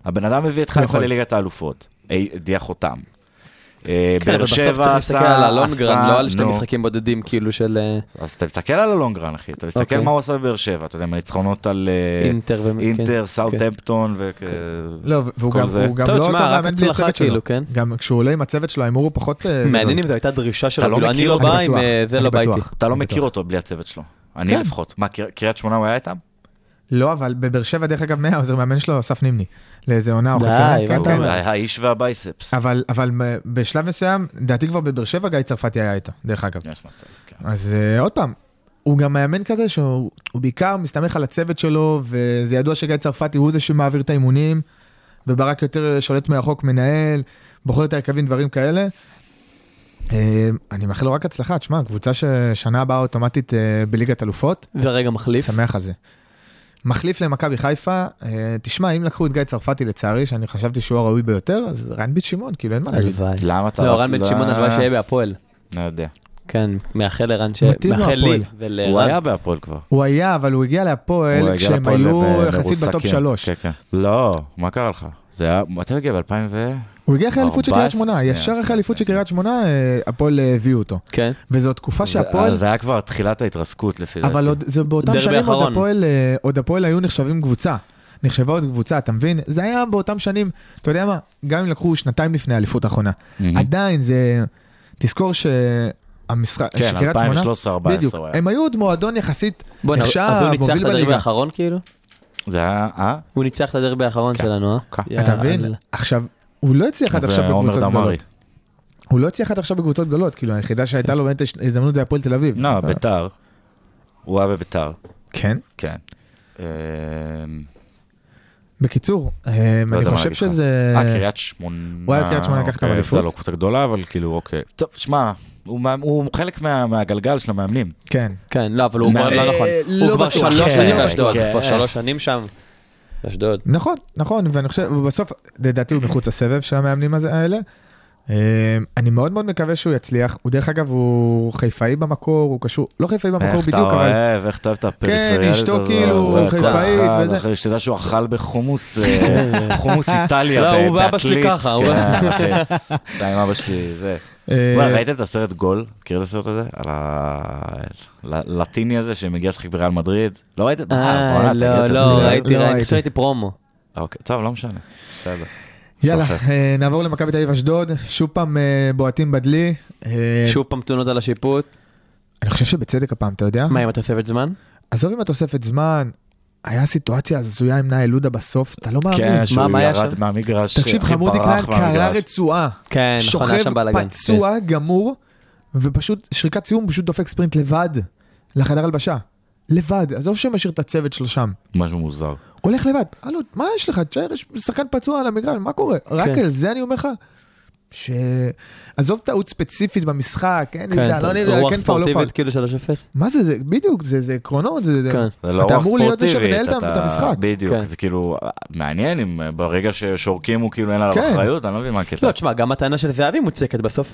הבן אדם הביא את חיפה
נכון.
יכול.
לליגת האלופות, אה, הדיח אותם. אה,
כן, אבל
באר
בסוף
שבע
צריך
עשה...
להסתכל על הלונגרן,
עשה-
לא על שני
נו.
משחקים בודדים, כאילו של אה,
אז אתה מסתכל על הלונגרן, אחי. אתה מסתכל
אוקיי.
מה הוא עשה בבאר שבע, אתה יודע, עם הניצחונות על אה,
אינטר. ו-
אינטר,
כן.
סאוטהמפטון וכ... אה,
לא, והוא
כל
גם,
זה.
הוא גם
טוב,
לא
תשמע,
אותו
רק
מאמן בלי
הצלחה
הצוות
כאילו,
שלו.
כן.
גם כשהוא עולה עם הצוות שלו, ההימור הוא פחות... אה,
כן. מעניין
גדול.
אם זו הייתה דרישה
אתה
שלו,
לא
כאילו אני
מכיר
לא
אותו.
בא
אני
עם
בטוח,
אה, זה
אני
לא בא איתי.
בטוח.
אתה לא
אני
מכיר
בטוח.
אותו בלי הצוות שלו. אני
כן.
לפחות. מה, קר- קריית שמונה הוא היה איתם?
לא, אבל בבאר שבע, דרך אגב, מהעוזר מאמן שלו, אסף נימני. לאיזה עונה או
די,
חצי עונה.
מה
כן,
אתה
כן.
אומר?
האיש והבייספס.
אבל, אבל אה, בשלב מסוים, לדעתי כבר בבאר שבע גיא צרפתי היה איתו, דרך אגב.
יש מצב, כן.
אז אה, עוד פעם, הוא גם מאמן כזה שהוא הוא בעיקר מסתמך על הצוות שלו, וזה ידוע שגיא צרפתי הוא זה שמעביר את האימונים, וברק יותר שולט מרחוק, מנהל, בוחר את הרכבים, דברים כאלה. אה, אני מאחל לו רק הצלחה, תשמע, קבוצה ששנה הבאה אוטומטית אה, בליגת אלופות,
ורגע מחליף.
שמח על זה. מחליף למכבי חיפה, אה, תשמע, אם לקחו את גיא צרפתי לצערי, שאני חשבתי שהוא הראוי ביותר, אז רן בן שמעון, כאילו אין מה להגיד.
הלוואי.
למה אתה...
לא, רן בן שמעון הלוואי שיהיה בהפועל.
לא יודע.
כן, מאחל לרן ש...
מתאים לו
מאחל לי
הפועל.
הוא
ולרן.
היה בהפועל כבר.
הוא היה, אבל הוא הגיע
הוא
להפועל
הגיע
כשהם
להפועל
היו
ב-
יחסית
ברוסקים.
בטופ שלוש.
כן, כן. לא, מה קרה לך? זה היה... מתי הוא הגיע? ב-2000 ו...
הוא הגיע אחרי אליפות של
14,
קריית שמונה,
שנייה,
ישר אחרי
שנייה,
אליפות של
שנייה.
קריית שמונה, אה, הפועל אה, הביאו אותו.
כן.
וזו תקופה שהפועל,
זה היה כבר תחילת ההתרסקות לפי דעתי.
אבל עוד- זה באותם
דרבי
שנים עוד
האחרון.
הפועל, אה, עוד הפועל היו נחשבים קבוצה. נחשבה עוד קבוצה, אתה מבין? זה היה באותם שנים, אתה יודע מה, גם אם לקחו שנתיים לפני האליפות האחרונה.
מהמם.
עדיין זה, תזכור שהמשחק,
כן,
שקריית
2013-2014
בדיוק,
הוא היה.
הם היו עוד מועדון יחסית
בוא, נ-
נחשב,
אז הוא ניצח
מוביל
את הדרבי
בליגה.
האחרון כאילו?
זה היה... אה?
הוא ניצח את הדרבי האחרון
כן.
שלנו, אה?
כן.
יאללה.
אתה מבין? עכשיו, הוא לא הצליח עד עכשיו
ועומר
בקבוצות
דמארי.
גדולות. הוא לא הצליח עד עכשיו בקבוצות גדולות, כאילו היחידה שהייתה לו באמת הזדמנות זה הפועל תל אביב.
לא,
אבל-
ביתר. הוא היה בביתר,
כן.
כן. אמ,
בקיצור, אה,
לא יודע
אני
מה
חושב
להגיד לך.
שזה...
אה, קריית שמונה.
הוא היה קריית שמונה, לקח את
אוקיי,
האליפות.
זה לא קבוצה גדולה, אבל כאילו, אוקיי. טוב, שמע, הוא מה- הוא חלק מה- מהגלגל של המאמנים.
כן.
כן, לא, אבל הוא כבר
אה,
לא נכון.
לא
הוא כבר
בטוח.
שלוש
כן,
שנים
כן,
באשדוד.
כן.
הוא כבר שלוש שנים שם. באשדוד.
נכון, נכון, ואני חושב, ובסוף, לדעתי הוא מחוץ לסבב של המאמנים הזה- האלה. אה, אני מאוד מאוד מקווה שהוא יצליח. הוא דרך אגב, הוא חיפאי במקור, הוא קשור, לא חיפאי במקור
איך אתה
בדיוק, אבל... כן,
אוהב, איך אתה אוהב את הפריפריאלית
אשתו כאילו
וכל
חיפאית
אחד,
וזה. אה,
אחי, אה, שתדע שהוא אכל בחומוס, אה, חומוס איטליה.
לא,
ב-
הוא ואבא שלי
בעתלית,
ככה, הוא-
כן, אחי. זה עם אבא שלי, זה.
אה,
וואי, ראיתם את הסרט גול? מכיר את הסרט הזה? על הלטיני הזה שמגיע לשחק בריאל מדריד? לא ראיתם?
אה,
בואנה, תגיד,
לא,
אתם
לא,
זה-
ראיתי,
לא
ראיתי,
ראיתי.
פשוט ראיתי פרומו.
אוקיי, טוב, לא משנה. בסדר.
יאללה,
אוקיי.
אה, נעבור למכבי תל אביב אשדוד, שוב פעם אה, בועטים בדלי. אה,
שוב פעם תלונות על השיפוט.
אני חושב שבצדק הפעם, אתה יודע?
מה עם התוספת זמן?
עזוב עם התוספת זמן, היה סיטואציה הזויה עם נאי לודה בסוף, אתה לא מאמין.
כן, שהוא
מה היה
ירד
שם?
מהמגרש.
תקשיב,
אחי,
חמודי
ברח
קליין קרע
מהמגרש.
רצועה.
כן, נכון, היה שם בלאגן. כן.
שוכב פצוע גמור, ופשוט שריקת סיום, פשוט דופק ספרינט לבד לחדר הלבשה. לבד, עזוב שמשאיר את הצוות שלו שם.
משהו מוזר.
הולך לבד, הלו, מה יש לך? תשאר, יש שחקן פצוע על המגרש, מה קורה? רק
כן.
על זה אני אומר לך, ש... עזוב טעות ספציפית במשחק, כן,
כן,
נבדל, לא נבדל,
רוח
כן פעול, לא פעול.
ספורטיבית כאילו 3-0.
מה זה, זה, בדיוק, זה זה עקרונות, זה... זה-
כן.
זה לא
אתה
רק
אמור להיות זה
ספורטיבית,
שמנהל את ה-
אתה-
את המשחק.
בדיוק,
כן.
זה כאילו, אה, מעניין אם אה, ברגע ששורקים הוא כאילו אין עליו
כן.
אחריות, אני לא מבין מה הקטע.
לא, תשמע, גם הטענה של זהבי מוצקת בסוף.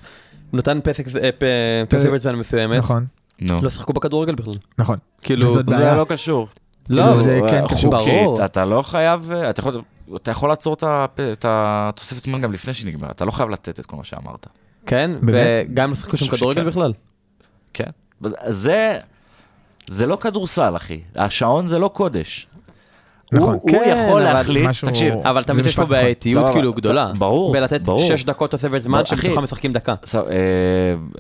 הוא נתן פסק, ז- אה, פ- תוספת זמן מסוימת.
נכון,
נו.
לא שחקו בכדורגל בכלל.
נכון.
כאילו,
וזאת
זה
בעיה.
לא קשור.
לא,
זה
אה,
כן קשור.
חוקית,
ברור.
אתה לא חייב, אה, אתה יכול- אתה יכול לעצור את ה- את התוספת זמן גם לפני שנגמר, אתה לא חייב לתת את כל מה שאמרת.
כן,
באמת?
וגם לא שחקו שם
חושב שכן.
כדורגל בכלל.
כן. זה, זה לא כדורסל, אחי. השעון זה לא קודש.
נכון.
הוא
כן,
יכול
אבל
להחליט,
משהו-
תקשיב,
זה
אבל תמיד יש פה
משפט נכון. פאק.
בעייתיות
סבבה,
כאילו
ת-
גדולה.
ברור,
בלתת
ברור.
6 דקות תוספת זמן
אחי.
שבתוכה משחקים דקה.
ס- אה,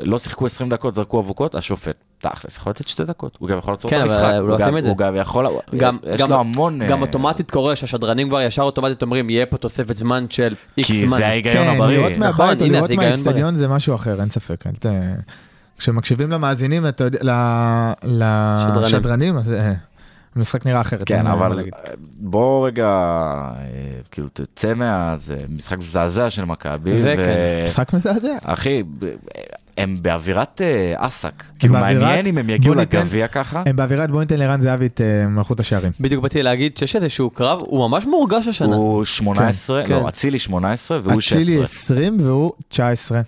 לא שיחקו 20 דקות, זרקו אבוקות, השופט, תכלס, יכול לתת שתי דקות. הוא גם יכול לעצור את
כן, אבל
המשחק.
הוא לא
גם-
עושים את זה.
הוא גם יכול,
גם,
יש
גם,
לו המון... אה,
גם אוטומטית קורה שהשדרנים כבר ישר אוטומטית אומרים, יהיה פה תוספת זמן של איקס
כי
זמן.
זה ההיגיון
כן,
הבריא.
לראות
נכון,
מהבית או
הנה,
לראות
זה היגיון
מהאצטדיון זה משהו אחר, אין ספק. אל ת... כשמקשיבים למאזינים, אתה יודע, ל-
שדרנים.
לשדרנים, אז אה, המשחק נראה אחרת. אין
כן,
לי מה
אבל
להגיד.
בוא רגע, אה, כאילו, תצא מה... זה משחק מזעזע של מכבי.
זה
ו-
כן.
משחק מזעזע.
אחי, ב- אה, הם באווירת אה, אס"ק. כאילו,
באווירת-
מעניין אם הם
בוא
יגיעו
ניתן-
לגביע ככה.
הם באווירת בוא ניתן לרן זהבי את אה, מלכות השערים.
בדיוק באתי להגיד שיש איזשהו קרב, הוא ממש מורגש השנה.
הוא 18,
כן.
לא, אצילי 18 והוא
אצילי
16.
20 והוא 19,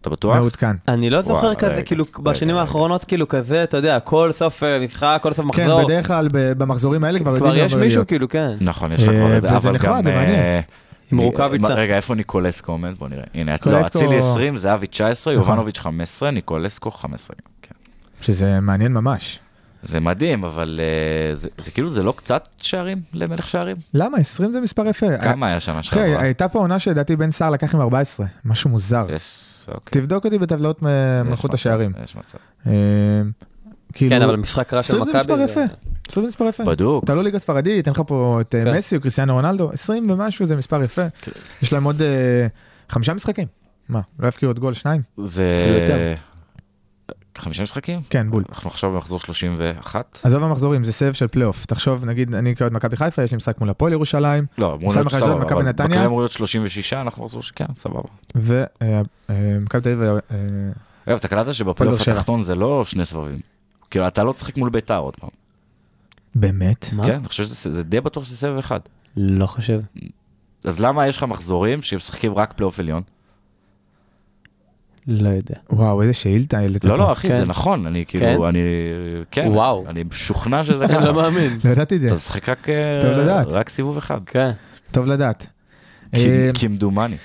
אתה בטוח?
מעודכן. כן,
אני לא זוכר
וואי,
כזה,
רגע,
כאילו,
רגע,
בשנים
רגע.
האחרונות, כאילו, כזה, אתה יודע, כל סוף אה, משחק, כל סוף
כן,
מחזור,
בדרך כלל ב- במחזורים האלה כבר
כבר
יודעים
יש
גם
מישהו,
להיות.
כאילו, כן.
נכון, יש לך כבר
אה,
את זה,
וזה
אבל
נחמד,
גם...
זה מעניין.
אה,
עם
אה,
רוקאביצה.
רגע, איפה ניקולסקו עומד? בוא נראה. הנה, לא,
ניקולסקו-
אצילי 20, זהבי 19,
נכון.
יובנוביץ' 15, ניקולסקו 15. גם, כן.
שזה מעניין ממש.
זה מדהים, אבל אה, זה זה כאילו, זה לא קצת שערים למלך שערים?
למה? 20 זה מספר יפה.
כמה היה שנה
אה, אחי, אה,
שעברה?
הייתה פה עונה שלדעתי בן סער לקח עם 14, משהו מוזר.
יש, אוקיי.
תבדוק אותי בטבלאות מ-
יש
מלכות
מצב,
השערים.
יש מצב.
אה, כאילו,
כן, אבל משחק רע של
עשרים
מכבי.
זה מספר
זה-
יפה, 20 זה מספר יפה.
בדוק.
אתה לא ליגה ספרדית, אין לך פה את אה,
כן.
מסי או קריסטיאנו רונלדו, 20 ומשהו זה מספר יפה.
כן.
יש להם עוד אה, חמישה משחקים. מה, לא יפקיעו עוד גול שניים?
זה...
אפילו יותר.
50 משחקים?
כן, בול.
אנחנו עכשיו במחזור 31.
עזוב המחזורים, זה סבב של פלייאוף. תחשוב, נגיד, אני כאוהד מכבי חיפה, יש לי משחק מול הפועל ירושלים,
לא, אמור
מצד
להיות
אחד זה
סבבה,
מכבי
אבל
נתניה.
בכלל אמור להיות 36, אנחנו במחזור ש... כן, סבבה.
ומכבי תל אביב, אה, אה,
אגב, אתה קלטת
באר
שבפלייאוף
שבע.
התחתון זה לא שני סבבים. כאילו, אתה לא תשחק מול ביתר עוד פעם.
באמת?
מה?
כן, אני חושב שזה זה די בטוח שזה סבב אחד.
לא חושב.
אז למה יש לך מחזורים שמשחקים רק פלייאוף עליון?
לא יודע.
וואו, איזה שאילתה אה, העלית.
לא,
פה.
לא, אחי,
כן.
זה נכון, אני
כן?
כאילו, אני... כן.
וואו.
אני משוכנע שזה
אני
ככה.
לא מאמין.
לא ידעתי את זה,
אתה משחק רק... אה,
טוב לדעת.
רק סיבוב אחד.
כן.
טוב לדעת. אה,
כי- כמדומני.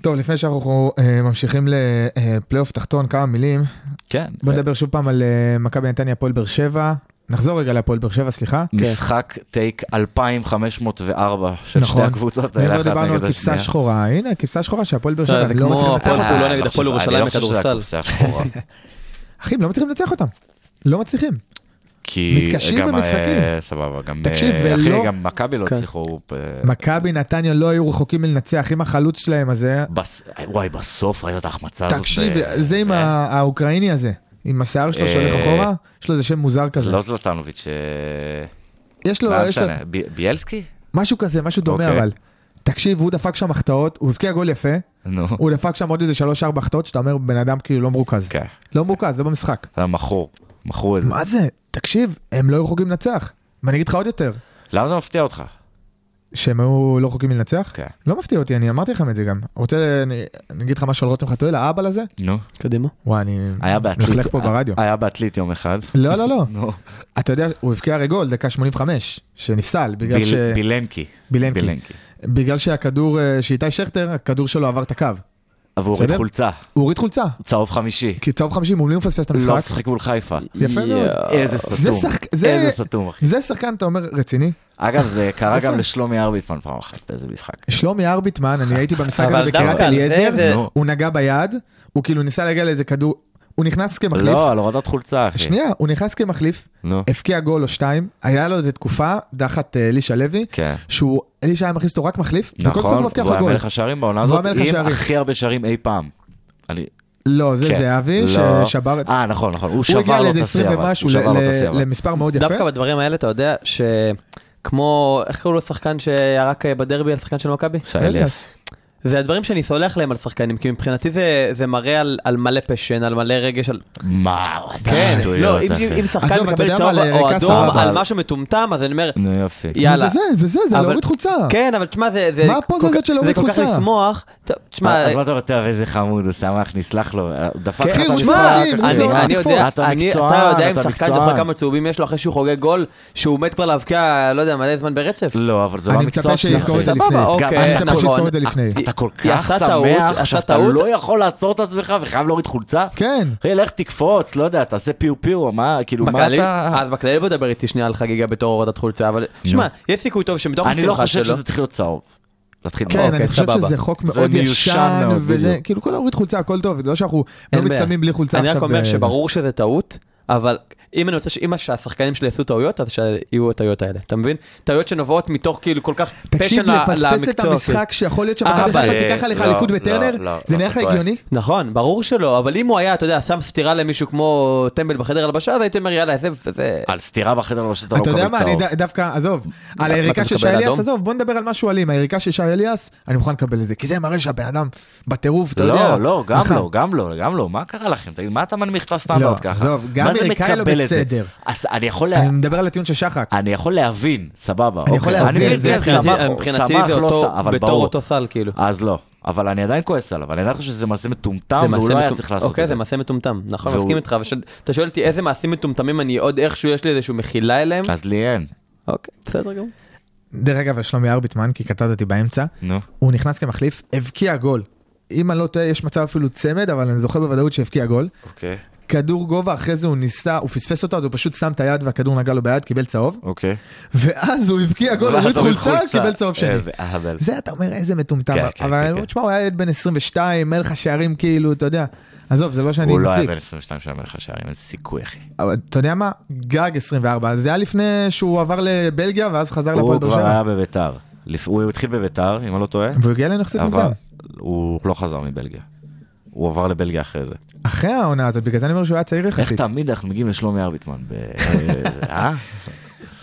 טוב, לפני שאנחנו אה, ממשיכים לפלייאוף תחתון, כמה מילים.
כן.
בוא
אה,
נדבר שוב פעם על אה, מכבי נתניה, הפועל באר שבע. נחזור רגע להפועל באר שבע, סליחה.
אה, משחק טייק 2504 של
נכון.
שתי הקבוצות
אם
האלה
כבר
אחת
דיברנו על
נגד
כבשה
השנייה.
שחורה, הנה, כבשה שחורה שהפועל באר
אתה יודע,
שבע,
זה
הם לא
כמו
מצליחים לנצח
הפועל
אותה.
חולון נגד הפועל
אני לא חושב
ירושלים
שזה
בכדורסל.
הכבשה השחורה.
אחי, הם לא מצליחים לנצח אותם. לא מצליחים.
כי
מתקשים
גם,
במשחקים.
אה, סבבה, גם...
תקשיב,
אה,
ולא-
אחי, גם מכבי לא
כן.
הצליחו... אה,
מכבי נתניה לא היו רחוקים מלנצח עם החלוץ שלהם הזה.
בס- וואי, בסוף ראית את ההחמצה הזאת.
תקשיב,
אה,
זה עם ה- האוקראיני הזה, עם השיער שלו שהולך
אה,
אחורה, יש לו איזה שם מוזר כזה.
זה לא זלטנוביץ', אה,
יש לו,
מה
יש לו,
משנה? ב- ביאלסקי?
משהו כזה, משהו דומה
אוקיי.
אבל. תקשיב, הוא דפק שם החטאות, הוא הבקיע גול יפה,
נו.
הוא דפק שם עוד איזה 3-4 החטאות, שאתה אומר, בן אדם כאילו לא מרוכז.
כן.
לא מרוכז, זה במשחק.
זה היה מכור. מכרו את זה.
מה זה? תקשיב, הם לא היו רחוקים לנצח. ואני אגיד לך עוד יותר,
למה זה מפתיע אותך?
שהם היו לא רחוקים מלנצח?
כן.
לא מפתיע אותי, אני אמרתי לכם את זה גם. רוצה, אני אני אגיד לך משהו על רותם חתואל, האבל הזה?
נו.
קדימה.
וואי, אני
היה בעתלית.
מלכלך פה ברדיו.
היה בעתלית יום אחד.
לא, לא, לא.
נו.
אתה יודע, הוא הבקיע הרי גול, דקה 85, שנפסל, בגלל ש...
ביל- בילנקי.
בילנקי.
בילנקי.
בגלל שהכדור, אה, שאיתי שכטר, הכדור שלו עבר את הקו.
אבל הוא הוריד
צודק.
חולצה.
הוא הוריד חולצה,
צהוב חמישי.
כי צהוב 50 הוא לא מפספס את
לא
המשחק.
משחק מול חיפה.
יפה מאוד.
איזה
אה, זה
סתום.
שחק...
איזה
זה...
סתום, אחי.
זה שחקן, אתה אומר, רציני?
אגב, זה קרה
יפה.
גם לשלומי ארביטמן פעם אחת באיזה משחק.
שלומי ארביטמן, אני הייתי במשחק הזה
אבל
בקריית
דווקא על זה
אליעזר,
זה-
נו.
הוא נגע ביד, הוא כאילו ניסה להגיע לאיזה כדור, הוא נכנס כמחליף.
לא, על הורדת חולצה, אחי.
שנייה, אה, הוא נכנס כמחליף,
נו.
הבקיע גול או שתיים, היה לו איזה תקופה, דחת אה, אלישע לוי,
כן.
שהוא, אלישע היה מכניס אותו רק מחליף, וכל
נכון,
פעם הוא מבקיע
והוא
לך
היה
גול.
מלך השערים בעונה
והוא
הזאת,
היה מלך
עם
השערים.
הכי הרבה שערים אי פעם. אני-
לא, זה
כן.
זהבי,
לא.
ששבר את...
אה, נכון, נכון, הוא
הוא
שבר
הגיע
לו
לאיזה
את
20
השיא, אבל.
ומשהו
הוא שבר לו את
ל-
השיא, אבל.
למספר מאוד יפה.
דווקא בדברים האלה אתה יודע שכמו, איך קראו לו שחקן שירק אה, בדרבי על שחקן של מכבי?
שי אליאס.
אליאס.
זה הדברים שאני סולח להם על שחקנים, כי מבחינתי זה, זה מראה על, על מלא פשן, על מלא רגש, על...
מה,
כן,
איזה
לא,
שטויות,
אם, אם,
אחי.
אם שחקן
אה. עזוב, אתה
מקבל
יודע
צהוב
מה,
או
לרקע
אדום
סבבה.
על משהו מטומטם, אז אני אומר,
נו, יופי.
יאללה.
זה זה, זה זה, זה
אבל-
להוריד חולצה.
כן, אבל תשמע, זה... זה
אה. מה הפוזה
כל
הזאת
כך-
של להוריד
זה כל
חולצה?
כך לשמוח. טוב, תשמע, אה,
אז מה אתה רוצה, איזה חמוד, הוא שמח, נסלח לו. הוא דפק
כן,
אחי,
לך
הוא
במשחק,
תשמע,
ספרדי,
אחי.
הוא
אני-
ספרדי.
אני יודע,
אתה
אני-
מקצוען,
אתה יודע אם
אתה
שחקן זוכר
מקצוען.
כמה צהובים יש לו אחרי שהוא חוגג גול, שהוא מת כבר להבקיע, לא יודע, מלא זמן ברצף.
לא, אבל זה לא
אני
המקצוע
מצפה
שלך.
שיזכור את זה
אחי.
לפני.
סבבה,
גם-
אוקיי.
אני מצפה
נכון.
שיזכור את זה לפני.
אתה כל
היא
כך
עשתה טעות,
שמח,
עשתה
שאתה
טעות.
לא יכול לעצור את עצמך וחייב להוריד חולצה?
כן.
אחי, לך תקפוץ, לא יודע, תעשה פיו פיו, מה, כאילו, מה
בכללי,
אתה...
אז בכללי בוא דבר איתי שנייה על חגיגה בתור הורדת חולצה, אבל שמע, יש סיכוי טוב שמתוך
אני לא
השמחה
חושב
שלו,
שזה צריך להיות צהוב. להתחיל
אה, כן,
אוקיי,
אני חושב
סבבה.
שזה חוק
זה
מאוד
מיושן
ישן,
מאוד,
וזה,
בדיוק.
כאילו, כל להוריד חולצה, הכל טוב, זה לא שאנחנו לא
אין בעיה.
מצטלמים בלי חולצה
אני
עכשיו. אה,
רק אומר
ב-
שברור שזה טעות, אבל אם אני רוצה, ש- אם שהשחקנים שלי יעשו טעויות, אז שיהיו הטעויות האלה, אתה מבין? טעויות שנובעות מתוך כאילו כל כך
תקשיב,
פשן ל- למקצוע. כן.
לפספס את המשחק שיכול להיות שמכבי
אבל-
חיפה תיקח עליך
לא,
אליפות
לא,
בטרנר,
לא,
זה
לא,
נראה לך
אתה טועה.
הגיוני?
נכון, ברור שלא, אבל אם הוא היה, אתה יודע, שם סטירה למישהו כמו טמבל בחדר הלבשה, אז הייתי אומר, יאללה, זה... זה...
על סטירה בחדר לבשת אתה לא
אתה
מקבל
יודע מה, אני
צהוב.
ד- דווקא, עזוב, על
מה,
היריקה
אתה
של שי
מקבל
אליאס,
אדום?
עזוב, בוא נדבר על משהו אלים, היריקה של שי אליאס, אני מוכן לקבל את זה, כי זה מראה שהבן אדם בטירוף, אתה יודע.
לא, לא, גם
נכון.
לא, גם לא, גם לא, מה קרה לכם? תגיד, מה אתה מנמיך את הסטנדרט
לא,
ככה?
עזוב, גם
מה זה
אמריקאי לא
מקבל את זה?
בסדר.
אז אני יכול
לא.
לה-
אני מדבר על הטיעון של שחק.
אני יכול להבין, סבבה.
אני יכול
אוקיי.
להבין,
מבין,
זה
כן,
מבחינתי-
סבח,
מבחינתי
סבח,
זה
לא
אותו,
ס- אבל
בתור
ברור.
אותו סל, כאילו.
אז לא, אבל אני עדיין כועס עליו, אני עדיין חושב שזה מעשה מטומטם,
מעשה
והוא לא היה
מטומ-
צריך לעשות
אוקיי,
את זה.
זה מעשה מטומטם, נכון,
והוא-
מסכים איתך, אבל ש- אתה שואל אותי איזה מעשים מטומטמים אני עוד איכשהו יש לי איזשהו מחילה אליהם?
אז לי אין,
אוקיי, בסדר גמור.
דרך אגב, על שלומי ארביטמן, כי קטעת אותי באמצע,
נו.
הוא נכנס כמחליף, הבקיע גול. אם אני לא טועה, יש מצב אפילו צמד, אבל אני זוכר בוודאות שהבקיע גול.
אוקיי,
כדור גובה, אחרי זה הוא ניסה, הוא פספס אותו, אז הוא פשוט שם את היד והכדור נגע לו ביד, קיבל צהוב,
אוקיי.
ואז הוא הבקיע גול,
ואז אה,
הוריד
הוריד
חולצה, קיבל צהוב שני.
איזה אהבל.
זה אתה אומר איזה מטומטם,
כן, כן, כן,
אבל
כן.
תשמע, הוא היה ילד בן 22, אין לך שערים כאילו, אתה יודע. עזוב, זה לא שאני
הוא לא היה
מציג,
בן 22 שהיה מלך השערים, אין סיכוי, אחי.
אבל אתה יודע מה? גג 24, זה היה לפני שהוא עבר לבלגיה ואז חזר
הוא
לפועל באר
כבר
שבע.
היה בביתר. לפ- הוא התחיל בביתר, אם אני לא טועה,
והוא הגיע אלינו קצת
אבל
מוקדם.
הוא לא חזר מבלגיה. הוא עבר לבלגיה אחרי זה.
אחרי העונה הזאת, בגלל זה אני אומר שהוא היה צעיר
איך
יחסית.
תמיד אנחנו מגיעים לשלומי ארביטמן? ב- אה?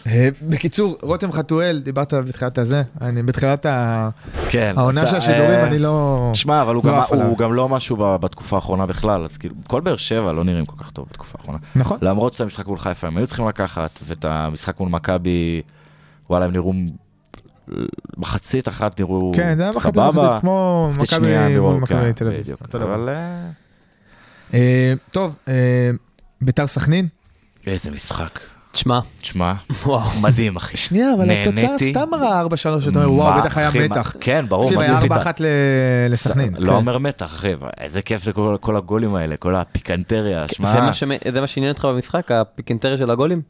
אה, בקיצור, רותם חתואל, דיברת בתחילת הזה, אני בתחילת ה-
כן.
העונה
אז,
של השידורים,
אה,
אני לא...
שמע, אבל הוא
לא
גם-
עף עליו.
הוא גם לא משהו ב- בתקופה האחרונה בכלל, אז כאילו, כל באר שבע לא נראים כל כך טוב בתקופה האחרונה.
נכון.
למרות שאת המשחק מול חיפה הם היו צריכים לקחת, ואת המשחק מול מכבי, וואלה, הם נראו... מחצית אחת נראו
כן, זה היה מחצית
סבבה.
מחצית כמו
מחצית שנייה
מכבי
נראו,
מול מכבי
כן,
תל אביב.
בדיוק.
אותו דבר.
אבל אה,
אה, טוב, אה, ביתר סכנין?
איזה משחק.
תשמע,
תשמע,
וואו.
מדהים אחי.
שנייה, אבל התוצאה
נהניתי.
סתם מראה 4-3, שאתה אומר,
מה,
וואו, בטח היה
אחי,
מתח.
מה- כן, ברור.
תקשיב,
מה
היה 4-1
זה פתאום?
ל- לסכנין.
לא אומר מתח, אחי, איזה כיף זה כל, כל הגולים האלה, כל הפיקנטריה, שמע.
זה מה שמ- זה מה שעניין אותך במשחק, הפיקנטריה של הגולים?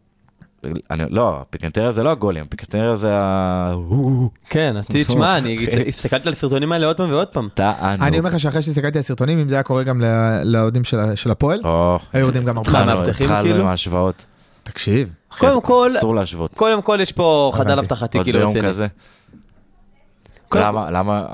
אני, לא, הפיקנטריה זה לא הגולים, הפיקנטריה זה ה...
כן, עתיד, שמע, אני
אוקיי.
הסתכלתי על הסרטונים האלה עוד פעם ועוד פעם.
טענו.
אני אומר לך שאחרי שהסתכלתי על הסרטונים, אם זה היה קורה גם ל- לאוהדים של ה- של הפועל,
או,
היו יורדים גם הרבה.
מה,
התחלנו
מאבטחים
התחלנו
כאילו?
עם ההשוואות.
תקשיב,
אחי,
קודם כל,
אסור להשוות.
קודם כל יש פה חדל
הבנתי.
אבטחתי,
עוד
כאילו,
ביום
רציני.
כזה.
קודם-
למה, למה...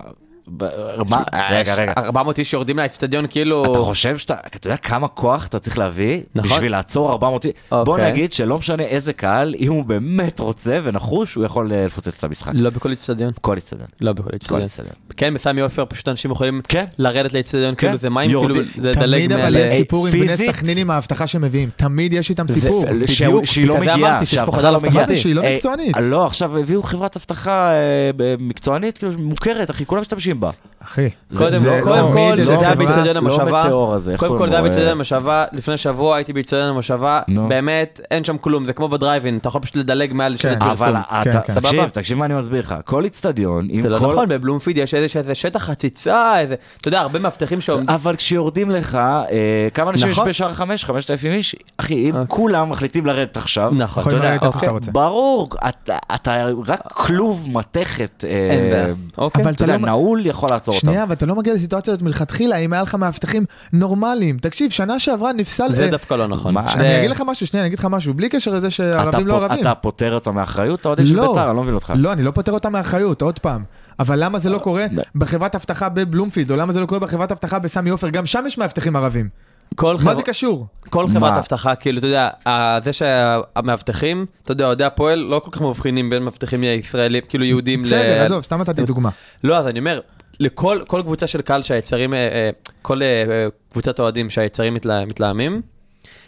ב- מה- רגע, רגע.
400 איש שיורדים לאצטדיון, כאילו...
אתה חושב שאתה, אתה יודע כמה כוח אתה צריך להביא
נכון.
בשביל לעצור 400 איש? בוא
אוקיי.
נגיד שלא משנה איזה קהל, אם הוא באמת רוצה ונחוש, הוא יכול אה, לפוצץ את המשחק.
לא בכל אצטדיון.
כל אצטדיון.
לא בכל
כל
אצטדיון.
אצטדיון.
כן, בסמי עופר פשוט אנשים יכולים
כן.
לרדת לאצטדיון,
כן.
כאילו זה מים, כאילו
יורדים.
זה דלג
תמיד אבל
מעל...
יש סיפור עם בני
פיזית?
סכנין עם ההבטחה שהם מביאים, תמיד יש איתם סיפור.
זה- ש-
בדיוק,
שהיא לא
בגלל זה
מגיעה,
אמרתי שיש פה
שהאבטחה
חדר
לא מגיעה.
אבטחתי שהיא לא
אה,
מקצוענית.
לא, עכשיו הביאו חברת אבטחה אה, ב- מקצוענית, כאילו מוכרת, אחי, כולם משתמשים בה.
אחי,
קודם
זה-
קודם
לא,
כל,
מיד,
זה
לא,
היה
חברה-
באצטדיון
לא
המושבה.
מטאור הזה, איך
קודם
קוראים
כל זה היה
לו?
באצטדיון
אה,
המושבה, לפני שבוע הייתי באצטדיון המושבה,
נו.
באמת אין שם כלום, זה כמו בדרייבין, אתה יכול פשוט לדלג מעל של
כן.
פרסום.
אבל
כן,
אתה-
כן.
תקשיב,
סבבה.
תקשיב מה אני מסביר לך. כל איצטדיון, עם
זה לא
כל-
נכון, בבלומפיד יש איזה איזה שטח חציצה, איזה, אתה יודע, הרבה מאבטחים שעומדים.
אבל כשיורדים לך, אה, כמה אנשים יש
נכון.
בשער חמש? חמשת אלפים איש? אחי, אם
אוקיי.
כולם מחליטים לרדת עכשיו,
נכון, אתה
יכולים
יודע,
לרדת איפה
אוקיי.
שאתה רוצה.
כן, ברור, אתה- אתה רק כלוב מתכת, אה,
אין בעיה. אוקיי.
אבל
אתה
אתה
יודע,
לא-
נעול יכול לעצור אותם.
שנייה, ואתה לא מגיע לסיטואציות מלכתחילה, אם היה לך מאבטחים נורמליים. תקשיב, שנה שעברה נפסל...
זה
אה,
דווקא לא נכון.
מה?
זה-
אני אגיד לך משהו, שנייה, אני אגיד לך משהו, בלי קשר לזה
אה, אתה
שערבים לא
פו-
ערבים.
אתה פוטר אותם מאחריות, אתה אוהדים של
לא.
בית"ר, אני לא מבין אותך. אה,
לא, אני לא פוטר אותם מאחריות, עוד פעם. אבל למה זה לא קורה בחברת אבטחה בבלומפילד, או למה זה לא קורה בחברת אבטחה בסמי עופר? גם שם יש מאבטחים ערבים.
אוקיי,
כל
מה
חברה-
זה קשור?
כל
מה?
חברת אבטחה, כאילו, אתה יודע, ה- זה שהמאבטחים, אתה יודע, אוהדי הפועל לא כל כך מבחינים בין מאבטחים ישראלים, כאילו יהודים ל...
בסדר, עזוב, סתם נתתי דוגמה.
לא, אז אני אומר, לכל כל קבוצה של קהל שהיצרים, אה, אה, כל אה, אה, קבוצת אוהדים שהיצרים מתלה- מתלהמים,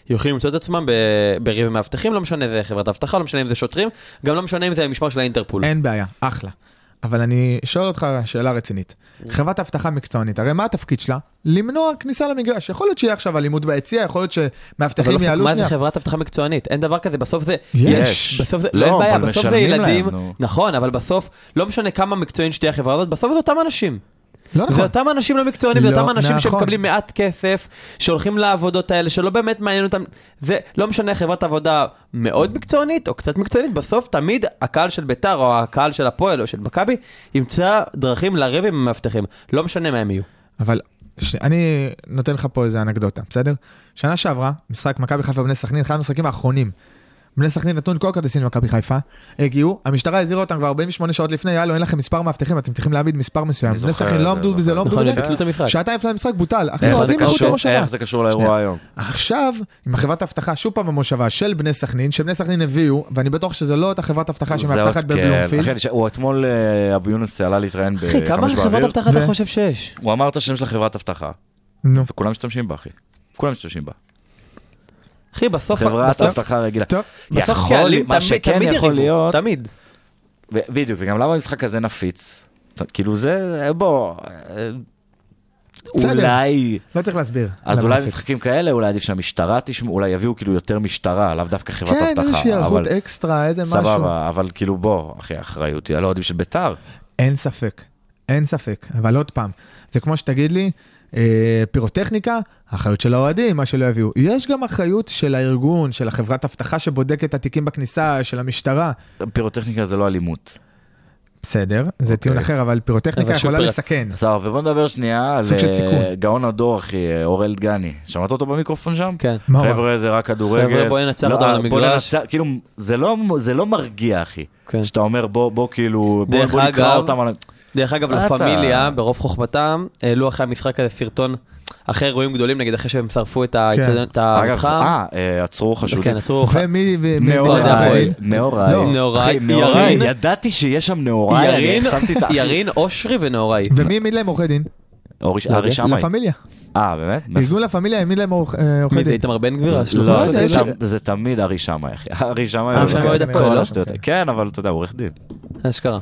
יכולים למצוא את עצמם ב- בריב עם מאבטחים, לא משנה אם זה חברת אבטחה, לא משנה אם זה שוטרים, גם לא משנה אם זה המשמר של האינטרפול.
אין בעיה, אחלה. אבל אני שואל אותך שאלה רצינית. חברת אבטחה מקצוענית, הרי מה התפקיד שלה? למנוע כניסה למגרש. יכול להיות שיהיה עכשיו אלימות ביציע, יכול להיות
אבל
שמאבטחים
אופק,
יעלו
מה זה
שנייה.
חברת אבטחה מקצוענית? אין דבר כזה, בסוף זה...
יש.
בסוף זה...
לא,
לא, אין בעיה,
אבל
בסוף זה
משלמים להם,
ילדים.
נו.
נכון, אבל בסוף, לא משנה כמה מקצועיים שתהיה החברה הזאת, בסוף זה אותם אנשים.
לא נכון.
זה אותם אנשים לא מקצוענים, זה
לא
אותם אנשים
נכון.
שמקבלים מעט כסף, שהולכים לעבודות האלה, שלא באמת מעניין אותם. זה לא משנה חברת עבודה מאוד מקצוענית או קצת מקצוענית, בסוף תמיד הקהל של ביתר או הקהל של הפועל או של מכבי ימצא דרכים לריב עם המאבטחים, לא משנה מה הם יהיו.
אבל ש... אני נותן לך פה איזה אנקדוטה, בסדר? שנה שעברה, משחק מכבי חיפה בני סכנין, אחד המשחקים האחרונים. בני סכנין נתנו את כל הכרטיסים למכבי חיפה, הגיעו, המשטרה הזהירה אותם כבר 48 שעות לפני, יאללה, אין לכם מספר מאבטחים, אתם צריכים להעמיד מספר מסוים.
אני
בני
זוכר
סכנין
את
לא
זה,
עמדו
לא
בזה, לא עמדו
נכון,
בזה.
הם ביטלו את המשחק.
שעתיים לפני המשחק בוטל, אחי,
איך נכון, זה
אוהדים מחוץ
קשור- אה,
למושבה.
איך זה קשור לאירוע
שנייה.
היום?
עכשיו, עם החברת אבטחה, שוב פעם במושבה של בני סכנין, שבני סכנין הביאו, ואני בטוח שזה לא אותה חברת אבטחה
זה
שמאבטחת
עוד- כן,
בבלומפילד.
אחי, ש- הוא אתמול, אה, אבו יונס עלה להתראיין בחמש
אחי,
אה, באוויר.
כמה חברות אבטחה
ו-
אתה חושב שיש?
הוא אמר את השם של החברת אבטחה,
נו,
וכולם משתמשים בה, אחי. כולם משתמשים בה.
אחי, בסוף...
חברת
בסוף-
אבטחה רגילה.
טוב.
בסוף
יכול-
קהלים
מה
תמיד-
שכן
תמיד
יכול
יריבו,
להיות-
תמיד.
ו- בדיוק, וגם למה המשחק הזה נפיץ? אתה- כאילו זה, אה, בוא, אה,
בסדר.
אולי,
לא צריך להסביר.
אז
למה
אולי
להפיץ.
במשחקים כאלה, אולי עדיף שהמשטרה תשמעו, אולי יביאו כאילו יותר משטרה, לאו דווקא חברת אבטחה.
כן, איזושהי
אבל-
היערכות אקסטרה, איזה משהו.
סבבה, אבל כאילו בוא, אחי, האחריות היא לא על האוהדים של ביתר.
אין ספק, אין ספק, אבל עוד פעם, זה כמו שתגיד לי, אה, פירוטכניקה, אחריות של האוהדים, מה שלא יביאו. יש גם אחריות של הארגון, של החברת אבטחה שבודקת את התיקים בכניסה, של המשטרה.
פירוטכניקה זה לא אלימות.
בסדר,
אוקיי.
זה טיעון אחר, אבל פירוטכניקה
אבל שוב,
יכולה
פירוט-
לסכן.
סבבה, ובוא נדבר שנייה על
סוג של
אה,
סיכון.
גאון הדור, אחי, אה, אוראל דגני. שמעת אותו במיקרופון שם?
כן.
מה הוא אמר?
חבר'ה, זה רק כדורגל.
חבר'ה, בוא ננצח
לא,
אותם
אה,
על
בוא
המגרש.
ננצח, כאילו, זה לא- זה לא מרגיע, אחי.
כן.
שאתה אומר, בוא, בוא, כאילו, בוא
דרך
בוא נקרא
אגב,
אותם על...
דרך אגב,
מה
לה
אתה-
פמיליה, ברוב חוכמתם, העלו אחרי המשחק הזה סרטון, אחרי אירועים גדולים, נגיד אחרי שהם שרפו את האיצטדיון- את
אגב,
המתחם.
אה, אה, עצרו חשודים.
כן, עצרו אחד.
ומי, ומי, מי-
לא יודע,
מי-
הפועל.
נאוראי,
מי-
נאוראי,
לא.
נאוראי,
אחי, נאוראי,
ירין.
ידעתי שיש שם נאוראי, אני
ירין,
שמתי את האחי,
ירין, אושרי ונאוראי.
ומי העמיד להם עורכי דין?
אורי ארי
לה
שמאי,
פמיליה.
אה באמת?
ארגון לה פמיליה העמיד להם עורכ- אה, עורכי
מי זה
דין.
איתמר בן גביר? השלוחה
לא,
הזאת?
זה אה,
זה
יש-
תמ- זה תמיד ארי שמאי, אחי. ארי שמאי הוא
שמאי
לוקח-
אוהד הפועל,
כל
אוקיי.
לא?
השטויות האלה. כן, אבל אתה יודע, הוא עורך דין.
אשכרה.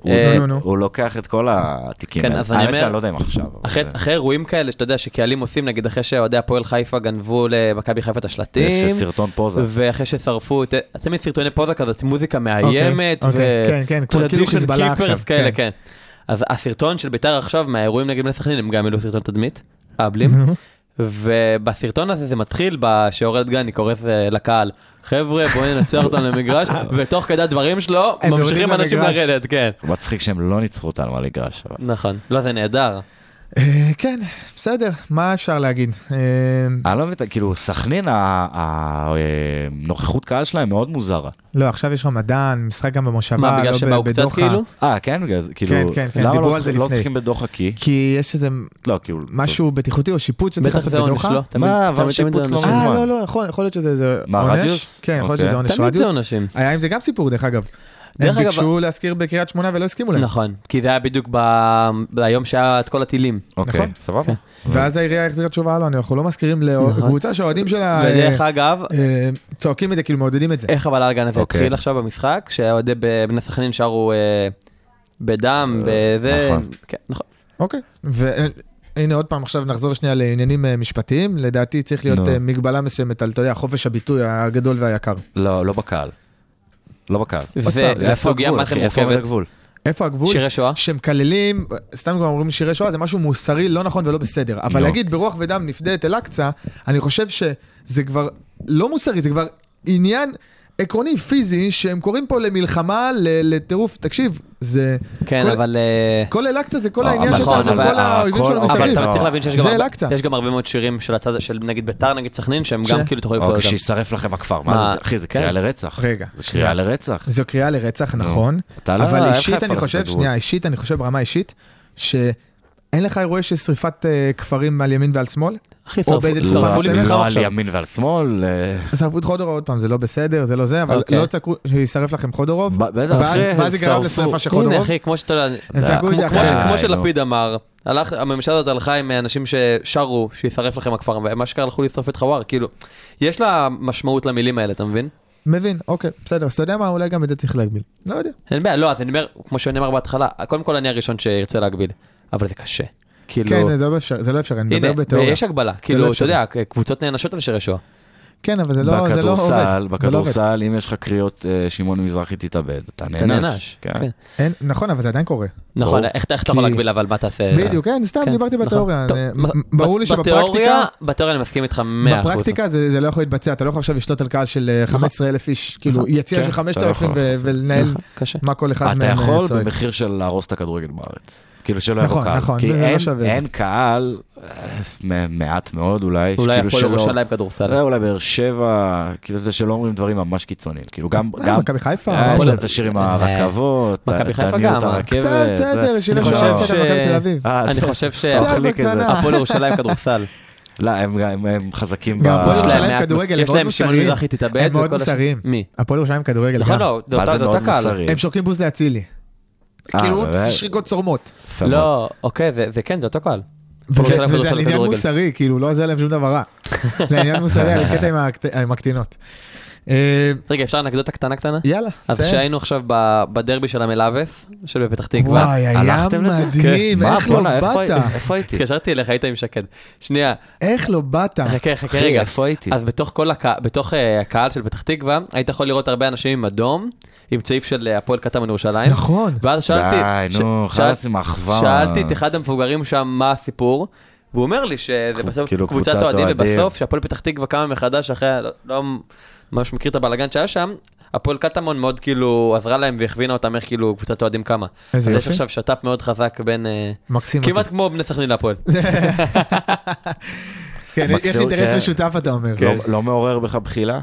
הוא-
אה,
נו, נו.
הוא לוקח את כל התיקים
כן,
האלה.
אז אני
האמת
אומר-
שאני לא יודע אם עכשיו. אבל
אחרי-
זה-
אחרי אירועים כאלה, שאתה יודע, שקהלים עושים, נגיד אחרי שאוהדי הפועל חיפה גנבו למכבי חיפה את השלטים.
יש סרטון פוזה.
ואחרי ששרפו את... אז תמיד סרטוני פוזה כזאת, מוזיקה מאיימת,
אוקיי,
ו...
כן, כן, כמו כאילו
tradition
חיזבאללה
keepers
עכשיו,
כאלה,
כן.
כן. אז הסרטון של ביתר עכשיו, מהאירועים נגד בני סכנין, הם גם העלו סרטון תדמית, אבלים. ובסרטון הזה זה מתחיל ב- שאורל דגני קורא אה, לקהל, חבר'ה בואו ננצח אותם למגרש, ותוך כדי הדברים שלו,
הם יורדים
ממשיכים אנשים
למגרש.
לרדת, כן.
מצחיק שהם לא ניצחו אותנו על המגרש. אבל-
נכון, לא זה נהדר.
אה, כן, בסדר, מה אפשר להגיד? אה,
אני לא מבין, כאילו, סכנין, הנוכחות קהל שלהם מאוד מוזרה.
לא, עכשיו יש רמדאן, משחק גם במושבה,
מה,
לא
בגלל
ב-
שבאו קצת
בדוחה.
כאילו?
אה, כן, בגלל זה, כאילו,
כן, כן, כן,
למה
דיברו
לא
על זה
לא
לפני.
משחקים בדוחה? כי,
כי יש איזה
לא, כאילו,
משהו בטיחותי או שיפוץ שצריך
בטח
לעשות
זה עונש,
בדוחה.
לא? תמיד-
מה, אבל
תמיד-
שיפוץ
תמיד זה
לא
עונש.
אה,
מזמן.
לא, לא, יכול יכול להיות שזה איזה
מה,
עונש.
רדיוס?
כן, יכול להיות
אוקיי.
שזה עונש
תמיד זה
רדיוס.
עונשים.
היה עם זה גם סיפור, דרך אגב. הם
דרך אגב-
ביקשו להזכיר בקריית שמונה ולא הסכימו להם.
נכון, כי זה היה בדיוק ב- ביום שהיה את כל הטילים.
אוקיי,
נכון.
סבבה.
ואז העירייה החזירה תשובה, לא, אנחנו לא מזכירים לקבוצה שהאוהדים שלה אה,
ודרך אגב,
אה, צועקים את זה, כאילו מעודדים את זה.
איך אבל האלגן הזה
אוקיי.
התחיל עכשיו במשחק, שהאוהדי ב- בני סכנין שרו אה, בדם, בזה,
נכון.
כן, נכון.
אוקיי. והנה עוד פעם, עכשיו נחזור שנייה לעניינים אה, משפטיים. לדעתי צריך להיות
נו.
אה, מגבלה מסוימת על, אתה יודע, חופש הביטוי הגדול והיקר.
לא, לא בקהל. לא בקהל.
זה
פעם,
זה סוגיה אה, מה זה
איפה עומד
מורכבת.
הגבול?
איפה הגבול?
שירי שואה?
שמקללים, סתם כבר אומרים שירי שואה, זה משהו מוסרי לא נכון ולא בסדר. אבל
לא.
להגיד ברוח ודם נפדה את אל-אקצא, אני חושב שזה כבר לא מוסרי, זה כבר עניין עקרוני פיזי, שהם קוראים פה למלחמה, ל- לטירוף. תקשיב, זה...
כן,
כל-
אבל... אה,
כל אל-אקצא זה כל
לא,
העניין
נכון,
שלנו, כל
אבל-
האויבים
הכל-
שלנו
אבל
אבל
מסביב.
אתה
לא.
צריך להבין שיש גם
זה
הרבה-
אל-אקצא.
יש גם הרבה מאוד שירים של הצד של נגיד ביתר, נגד סכנין, שהם
ש-
גם כאילו תוכלו לפסול
או
אותם.
שישרף לכם הכפר,
מה?
מה זה? אחי, זה קריאה
כן.
לרצח.
רגע,
זה
שנייה.
קריאה לרצח.
זו קריאה לרצח, נכון,
אתה לא-
אבל
אין לך
אישית אני
לפרס את
חושב,
הגבול.
שנייה, אישית אני חושב ברמה האישית, שאין לך אירועי של שריפת אה, כפרים על ימין ועל שמאל,
אחי,
או באיזה
שרפו-
צורה
שרפו לי
שלהם?
מתחם
לא על
עכשיו.
ימין ועל שמאל. אה,
שרפו את חודורוב עוד פעם, זה לא בסדר, זה לא זה, אבל
אוקיי.
לא צעקו שישרף לכם חודורוב,
ב- בטח,
ואז
אחי,
ואז זה גרם
שרפו.
לשרפה של
לא.
הנה
חודורוב.
אחי, כמו שאתה יודע,
הם צעקו את זה
כמו- כמו
אחרי.
ש- כמו
די,
שלפיד אמר, הלך, הממשלה הזאת הלכה עם אה, אנשים ששרו, שישרף לכם הכפר, והם אשכרה הלכו לשרוף את חוואר, כאילו, יש לה משמעות למילים האלה, אתה מבין?
מבין, אוקיי, בסדר, אז אתה יודע מה, אולי גם את זה צריך להגביל. לא יודע.
אין בעיה, לא, אז אני אומר, כמו שנאמר בהתחלה, קודם כל אני הראשון שירצה להגביל, אבל זה קשה. כאילו,
כן, זה לא אפשרי, זה לא אפשרי, אני כן, מדבר
הנה,
בתיאוריה.
יש הגבלה,
לא
כאילו, אתה
אפשרי.
יודע, קבוצות נענשות על שירי שואה.
כן, אבל זה לא, זה לא עובד.
בכדורסל,
זה לא עובד.
בכדורסל, אם יש לך קריאות אה, שמעון מזרחי תתאבד, אתה נענש.
אתה נענש.
כן.
כן.
אין, נכון, אבל זה עדיין קורה.
נכון, איך איך אתה יכול
כי-
להגביל אבל מה תעשה?
בדיוק, אין, סתם
כן,
דיברתי
נכון.
בתיאוריה.
טוב,
זה-
ב-
ברור
ב-
לי שבפרקטיקה...
בתיאוריה, בתיאוריה אני מסכים איתך 100%.
בפרקטיקה זה, זה לא יכול להתבצע, אתה לא יכול עכשיו לשלוט על קהל של אה, 15,000 איש, כאילו יציע
כן,
של
אתה לא
5,000
יכול
ו- ולנהל
נכון, קשה.
מה כל אחד
אתה
מהם אה,
יכול
צועק.
במחיר של להרוס את הכדורגל בארץ. כאילו שלא יבוא
נכון,
קהל.
נכון,
כי
זה- זה לא
אין-
שווה את
אין קהל, אה, מ- מעט מאוד אולי,
אולי
כאילו
הפועל
שלא-
ירושלים כדורסל.
זה אולי באר שבע, כאילו זה שלא אומרים דברים ממש קיצוניים. כאילו גם,
אה,
גם,
מכבי חיפה,
אה, יש
הפועל-
להם את השיר עם הרכבות,
מכבי חיפה
תניעו את
גם, אה.
הרכבת.
קצת, בסדר,
זה-
שילם
אני
שעה
חושב
קצת על מכבי תל אביב.
אה,
אני
זה-
חושב
אתה
שהפועל
מחליק את זה.
בקטנה.
ירושלים כדורסל.
הם הם חזקים ב...
גם הפועל
יש להם
ירושלים
מעט-
כדורגל, הם
יש
מאוד
להם שמעון
מוסריים.
מזרחי תתאבד.
הם מאוד
וכל הש-
מוסריים.
מי?
הפועל ירושלים כדורגל
נכון,
גם.
לא, זה
מה
אותה-
אה, זה
זה
מאוד
אותה קהל.
מוסרי?
הם שורקים בוז לאצילי.
אה,
כאילו
באמת?
שריקות צורמות.
יפה מאוד.
לא, אוקיי, זה זה כן, זה אותו קהל.
וזה
ירושלים
וזה
כדורסל
על עניין
וכדורגל.
מוסרי, כאילו לא עוזר להם שום דבר רע. זה עניין מוסרי על הקטע עם הקט- עם הקטינות. אה,
רגע, אפשר אנקדוטה קטנה קטנה?
יאללה,
אז
תסיים.
כשהיינו עכשיו ב- בדרבי של המלאבס, של בפתח תקווה, אה,
וואי, היה
הלכתם לזה? כן.
מדהים,
מה,
איך לא
בואנה, איפה
באת?
הייתי? איפה הייתי?
התקשרתי אליך, היית עם שקד. שנייה,
איך לא באת?
חכה, חכה
אחי,
רגע.
איפה הייתי?
אז בתוך כל הקה- בתוך, אה, הקהל של פתח תקווה, היית יכול לראות הרבה אנשים עם אדום, עם צעיף של אה, הפועל קטמון ירושלים.
נכון.
ואז שאלתי,
די,
ש-
נו,
שאל-
חלאס עם האחווה.
שאלתי את אחד המבוגרים שם מה הסיפור, והוא אומר לי שזה בסוף
כאילו
קבוצת
קבוצת
אוהדים,
אוהדים.
ובסוף שהפועל פתח תקווה קמה מחדש אחרי, ה- לא- לא ממש מכיר את הבלאגן שהיה שם, הפועל קטמון מאוד כאילו עזרה להם והכווינה אותם איך כאילו קבוצת אוהדים קמה.
איזה
אז
יופי.
יש עכשיו שת"פ מאוד חזק בין, אה,
מקסים.
כמעט
אותי.
כמו בני סכנין להפועל.
כן, יש
מקסים,
אינטרס
כן.
משותף אתה אומר.
לא- לא מעורר בך בחילה?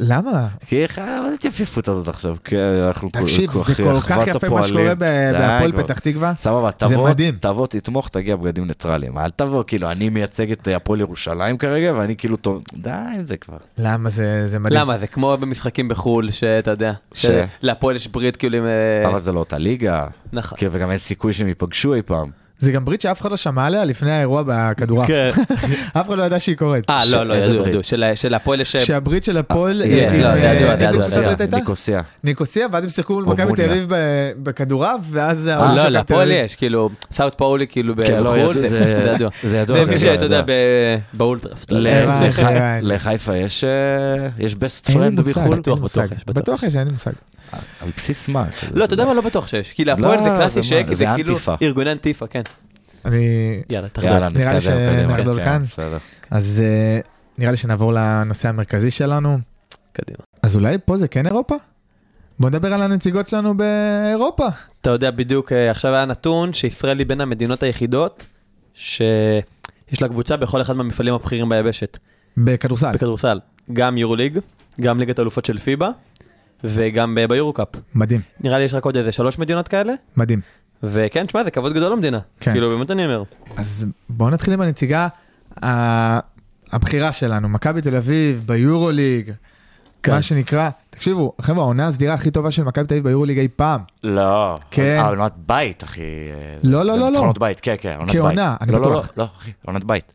למה?
כי איך, אה, מה זה התייפיפות הזאת עכשיו? כי אנחנו
תקשיב,
כל-
זה
אחי,
כל כך
אחוות
יפה מה
הפועלים.
שקורה ב-
די,
בהפועל
כבר.
פתח תקווה.
סבבה,
זה
תבוא,
מדהים.
תבוא, תתמוך, תגיע בגדים ניטרליים. אל תבוא, כאילו, אני מייצג את אה, הפועל ירושלים כרגע, ואני כאילו, טוב, די עם זה כבר.
למה זה זה מדהים?
למה? זה כמו במשחקים בחו"ל, שאתה יודע,
ש-
שלהפועל יש ברית כאילו עם... אה,
אבל זה לא אותה ליגה,
נכון.
כאילו, וגם אין סיכוי שהם ייפגשו אי פעם.
זה גם ברית שאף אחד לא שמע עליה לפני האירוע בכדורעף.
כן.
אף אחד לא ידע שהיא קורית.
אה, לא, לא,
איזה
ידעו,
ברית?
ידעו, של- שלהפועל יש...
שהברית של הפועל,
כן. אה,
אה, עם,
לא,
אה,
ידוע, ידוע,
איזה
ידוע,
קבוצה זאת
ידוע.
הייתה?
ניקוסיה.
ניקוסיה, ואז הם שיחקו מול
או
מכבי תל
מוניה.
אביב ב- בכדורעף, ואז...
אה,
ההוא
לא,
של
להפועל
מכבי תל אביב-
יש, כאילו, סאוט פאולי כאילו
כן, לא,
בחו"ל,
ידוע,
זה
זה-
זה ידוע.
זה ידוע,
זה
זה
מי
ידוע,
שאתה יודע,
ידוע.
ב- באולטראפט.
ל-
הבנתי,
לח-
הבנתי.
לחיפה יש אה, יש best
אין לי
friend
מושג, אין לי
בחו"ל?
בטוח,
מושג.
בטוח יש, בטוח
בטוח
יש.
יש, אין לי מושג.
על בסיס מה?
לא, אתה יודע מה? לא בטוח שיש. כאילו, הפועל
לא,
זה
זה
קלאסי
מה,
שזה
זה
כאילו
אנטיפה.
ארגוני אנטיפה, כן.
אני...
יאללה, תחזור.
יאללה,
נראה לי
נתקדם, קדימה.
שנגדול
כן,
כאן.
בסדר.
אז אה, נראה לי שנעבור לנושא המרכזי שלנו.
קדימה.
אז אולי פה זה כן אירופה? בוא נדבר על הנציגות שלנו באירופה.
אתה יודע בדיוק, אה, עכשיו היה נתון שישראל היא בין המדינות היחידות שיש לה קבוצה בכל אחד מהמפעלים הבכירים ביבשת.
בכדורסל.
בכדורסל, גם יורו ליג, גם ליגת אלופות של פיבה, וגם ב- ביורו קאפ.
מדהים,
נראה לי יש רק עוד איזה שלוש מדינות כאלה,
מדהים.
וכן, תשמע, זה כבוד גדול למדינה.
כן.
כאילו, באמת אני אומר.
אז בואו נתחיל עם הנציגה ה- הבכירה שלנו, מכבי תל אביב, ביורוליג,
כן.
מה שנקרא, תקשיבו, חבר'ה, העונה הסדירה הכי טובה של מכבי תל אביב ביורוליג אי פעם.
לא.
כן.
אה, עונת בית, אחי. אה,
לא, לא,
זה
לא, לא.
ניצחונות בית, כן, כן, עונת בית.
כעונה, אני
לא, לא,
בטוח.
לא, לא, אחי, עונת בית.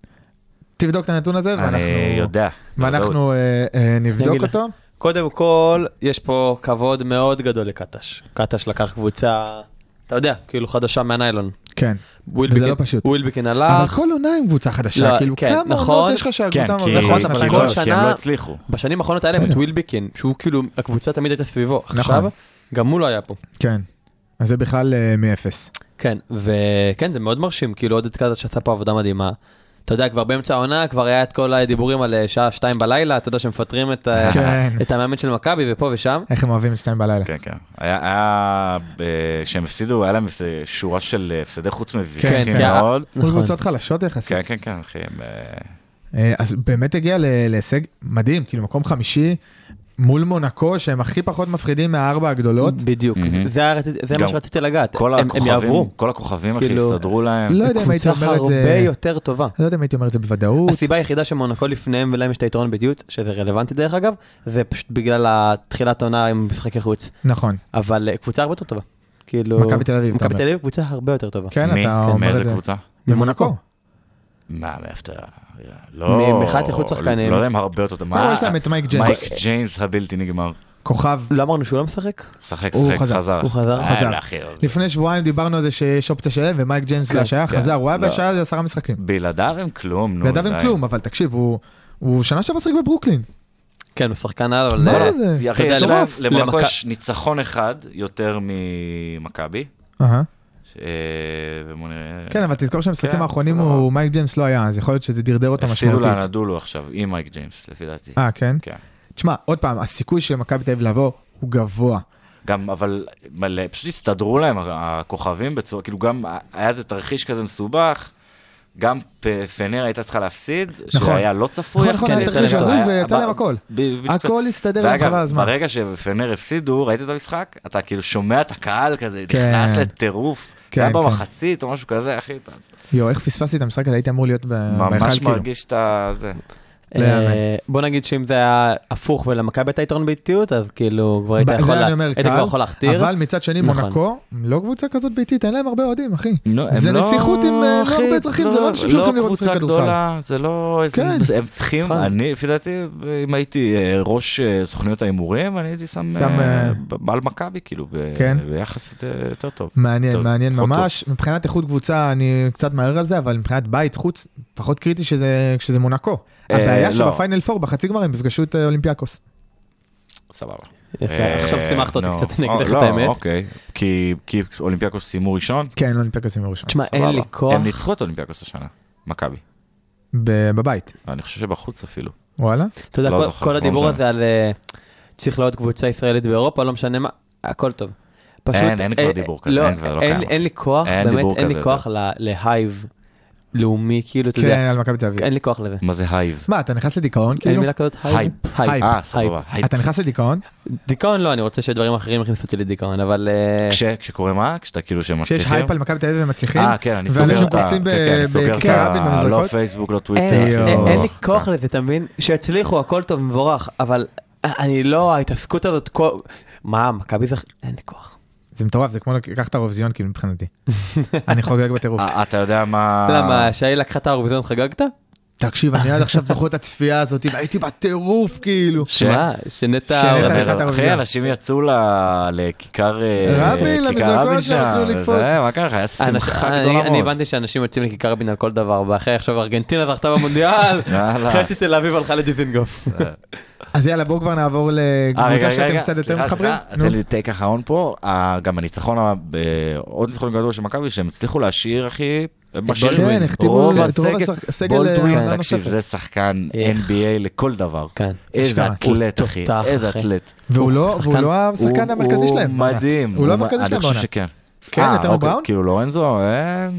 תבדוק את הנתון הזה, ואנחנו,
אני יודע.
ואנחנו אה, אה,
אני
נבדוק
אגיד
אותו.
קודם כל, יש פה כבוד מאוד גדול לקטש. קטש לקח קבוצה, אתה יודע, כאילו חדשה מהניילון.
כן.
ווילבקין-
וזה לא פשוט.
ווילבקין
אבל
אה,
הלך,
כל עונה עם קבוצה חדשה,
לא,
כאילו
כן,
כמה
נכון.
עונות יש לך
כן,
שהקבוצה
כי
מרוויחת
נכון,
שנתיים?
אבל
כי
כל
לא- כי הם
שנה-
לא הצליחו.
בשנים האחרונות היה להם את
בסדר.
ווילבקין, שהוא כאילו, הקבוצה תמיד הייתה סביבו.
נכון.
עכשיו, גם הוא לא היה פה.
כן. אז זה בכלל אה, מאפס.
כן, וכן, זה מאוד מרשים, כאילו עודד קטש שעשה פה עבודה מדהימה. אתה יודע, כבר באמצע העונה, כבר היה את כל הדיבורים על אה, שעה שתיים בלילה, אתה יודע שמפטרים את, ה-
כן.
את המאמן של מכבי ופה ושם.
איך הם אוהבים את שתיים בלילה.
כן, כן. היה, היה, אה, שהם הפסידו, היה להם איזה שורה של אה, הפסדי חוץ
כן,
מביכים
כן.
מאוד.
מול
נכון.
קבוצות חלשות יחסית.
כן, כן, כן, אחי. הם, אה,
אה, אז באמת הגיע ל- להישג מדהים, כאילו מקום חמישי מול מונקו, שהם הכי פחות מפחידים מהארבע הגדולות.
בדיוק,
מהמם.
זה, היה רצית- זה
גם
מה שרציתי לגעת,
כל
הם, הם יעברו.
הכוכבים, כל הכוכבים, אחי,
כאילו-
הסתדרו להם.
לא יודע אם הייתי אומר את
קבוצה הרבה
זה,
יותר טובה.
לא יודע אם הייתי אומר את זה בוודאות.
הסיבה היחידה שמונקו לפניהם ולהם יש את היתרון בדיוט, שזה רלוונטי דרך אגב, זה פשוט בגלל התחילת העונה עם משחקי חוץ.
נכון,
אבל אה, קבוצה הרבה יותר טובה. כאילו...
מכבי תל אביב, אתה
מכבי
אומר.
תל אביב קבוצה הרבה יותר טובה.
כן,
מי?
אתה אומר את
מאיזה
זה.
קבוצה?
במונקו.
מה, מאיפה אתה... לא...
ממחאת איכות שחקנים.
לא יודע אם הרבה יותר... מה?
לא, יש להם את מייק
מייק
ג'יימס,
ג'יימס הבלתי נגמר.
כוכב.
לא אמרנו שהוא לא משחק?
שחק,
הוא
שחק,
חזר,
חזר.
הוא חזר.
אה,
חזר.
אחי,
לפני שבועיים דיברנו על זה שיש אופציה שלהם, ומייק ג'יימס לא השעיה,
כן.
חזר, הוא היה
לא.
בהשעיה זה עשרה משחקים.
בלעדיו הם כלום, נו.
לידיו
די.
הם כלום, אבל תקשיב, הוא- הוא שנה שעברה שיחק בברוקלין.
כן, הוא שחקן על, אבל...
מה
אה,
זה?
אחי,
אתה יודע,
יש
למכ-
להם- למונקו
למכ-
יש ניצחון אחד יותר ממכבי.
אהה.
ש- ובוא נראה.
כן, אבל תזכור שהמשחקים
כן,
האחרונים
סבבה.
הוא מייק ג'יימס לא היה, אז יכול להיות שזה דרדר אותם
הפסידו
משמעותית.
לאנדולו עכשיו, עם מייק ג'יימס, לפי דעתי.
אה, כן?
כן.
תשמע, עוד פעם, הסיכוי של מכבי תל אביב לבוא הוא גבוה.
גם, אבל מלא, פשוט הסתדרו להם הכוכבים בצורה, כאילו גם היה איזה תרחיש כזה מסובך, גם פ- פנר הייתה צריכה להפסיד,
נכון.
שהיה לא צפוי.
נכון, נכון,
כן,
היה תרחיש
יצא להם-
הזוי
היה-
ויצא
ב-
להם הכל.
ב- בדיוק
הכל הסתדר עם
ואגב,
חבל הזמן.
ברגע שפנר הפסידו, ראית את המשחק? אתה כאילו שומע את הקהל כזה,
כן.
נכנס לטירוף.
כן,
כן, היה
כן.
במחצית או משהו כזה, אחי, אתה
יואו, איך פספסתי את המשחק הזה, הייתי אמור להיות ב- בהיכל
ממש
כאילו.
מרגיש את ה... זה.
לא יאמן.
אה, בוא נגיד שאם זה היה הפוך ולמכבי הייתה יתרון באיטיות, אז כאילו כבר היית
ב-
יכול
זה
לה-
אני אומר
היית
קל,
כבר יכול להכתיר.
אבל מצד שני
נכון.
מונקו, הם לא קבוצה כזאת ביתית, אין להם הרבה אוהדים, אחי.
לא,
זה
הם לא-
נסיכות עם, אה, לא
אחי,
הרבה אזרחים, זה לא אנשים שהולכים לראות משחק
קבוצה גדולה, זה לא... איזה-
כן.
הם צריכים,
נכון.
אני, לפי דעתי, אם הייתי אה, ראש אה, סוכניות ההימורים, אני הייתי שם
שם,
אה,
אה,
ב- על מכבי, כאילו, ב-
כן.
ביחס אה, יותר טוב.
מעניין,
טוב,
מעניין
פחות
ממש. מבחינת איכות קבוצה אני קצת מהר על זה, אבל מבחינת בית חוץ, פחות קריטי שזה- כשזה מונקו.
אה,
הבעיה
לא.
שבפיינל 4, בחצי גמר הם יפגשו את אה, אולימפיאקוס.
סבבה.
יפה,
אה,
עכשיו שימחת אותי
נו.
קצת
או,
נגדך
לא,
את האמת.
אוקיי, כי כי אולימפיאקוס סיימו ראשון,
כן, אולימפיאקוס עם הראשון.
תשמע, אין
סבבה.
לי כוח.
הם ניצחו את אולימפיאקוס השנה, מכבי.
ב- בבית.
אני חושב שבחוץ אפילו.
וואלה.
אתה יודע,
לא
כל-
זוכר,
כל
לא
הדיבור
משנה.
הזה על אה, צריך לעוד קבוצה ישראלית באירופה, לא משנה מה, הכל טוב. פשוט,
אין, אין כבר
אה,
דיבור כזה,
לא,
אין כבר, לא
אין-
קיים.
אין לי כוח,
אין
באמת,
דיבור
אין לי
כזה,
כוח ל- להייב לאומי, כאילו, אתה
כן, כאילו-
יודע,
על מכבי תל אביב.
אין לי כוח לזה.
מה זה הייב?
מה, אתה נכנס לדיכאון
אין
כאילו?
מילה כזאת הייב?
הייפ.
הייפ.
אה, סבבה,
הייפ.
הייפ.
אתה נכנס לדיכאון?
דיכאון לא, אני רוצה שדברים אחרים יכניסו אותי לדיכאון, אבל... אה,
כש- כשקורה מה? כשאתה כאילו שמצליחים?
כשיש הייפ על מכבי תל אביב ומצליחים?
אה, כן, אני סוגר את ה...
ואנשים קופצים ב-
כן, כן, אני סוגר את
בקרקע
ה-
רבין
לא
במזרקות?
פייסבוק, לא
אין,
טוויטר.
יואו.
אין, אין לי
כן.
אה,
כוח לזה, אתה מבין? שיצליחו, הכל טוב ומבורך, אבל אני לא, ההתעסקות הזאת, כל... מה, מכבי זה... אין לי כוח.
זה מטורף, זה כמו לקח את האירוויזיון כאילו מבחינתי. אני חוגג בטירוף.
אה, אתה יודע מה...
למה, שהיא לקחה את האירוויזיון חגגת?
תקשיב, אני עד עכשיו זוכר את הצפייה הזאת, והייתי בטירוף כאילו.
ש-
שמע, שנטע...
שנטע אתה
אה,
לקחת את
אחי,
האירוויזיון.
אנשים יצאו ל- לכיכר אה,
רבין,
לכיכר
למזרקות
רבין
שהם התחילו
שם,
לקפוץ.
זה, אה, מה קרה לך? היה
אנש-
שמחה
אה, אני
גדולה
אני
מאוד.
הבנתי שאנשים יוצאים לכיכר רבין על כל דבר, ואחרי עכשיו ארגנטינה זכתה במונדיאל,
יאללה.
חצי תל אביב הלכה לדיזינגוף.
אז יאללה, בואו כבר נעבור
אה,
לקבוצה
רגע,
שאתם
רגע,
קצת יותר
סליחה,
מתחברים.
סליחה,
נו.
תן לי טייק אחרון פה, אה, גם הניצחון, ה- ב- עוד ניצחון גדול של מכבי, שהם הצליחו להשאיר, אחי, משאיר
בולדווין. כן, החתימו
רוב
את רוב
הסגל-
השח- הסגל, אה,
בולדווין,
עונה
תקשיב,
נוספת.
זה שחקן
איך.
NBA לכל דבר.
כן.
איזה
אשכרה.
אתלט,
הוא
אחי,
תותח,
איזה
אחי.
אתלט.
והוא לא-
שחקן-
והוא לא השחקן
הוא-
המרכזי שלהם.
הוא מדהים.
הוא לא המרכזי שלהם
אני חושב
בעונה.
שכן.
כן,
אה,
נתנו
אוקיי,
בראון?
כאילו לורנזו, אה,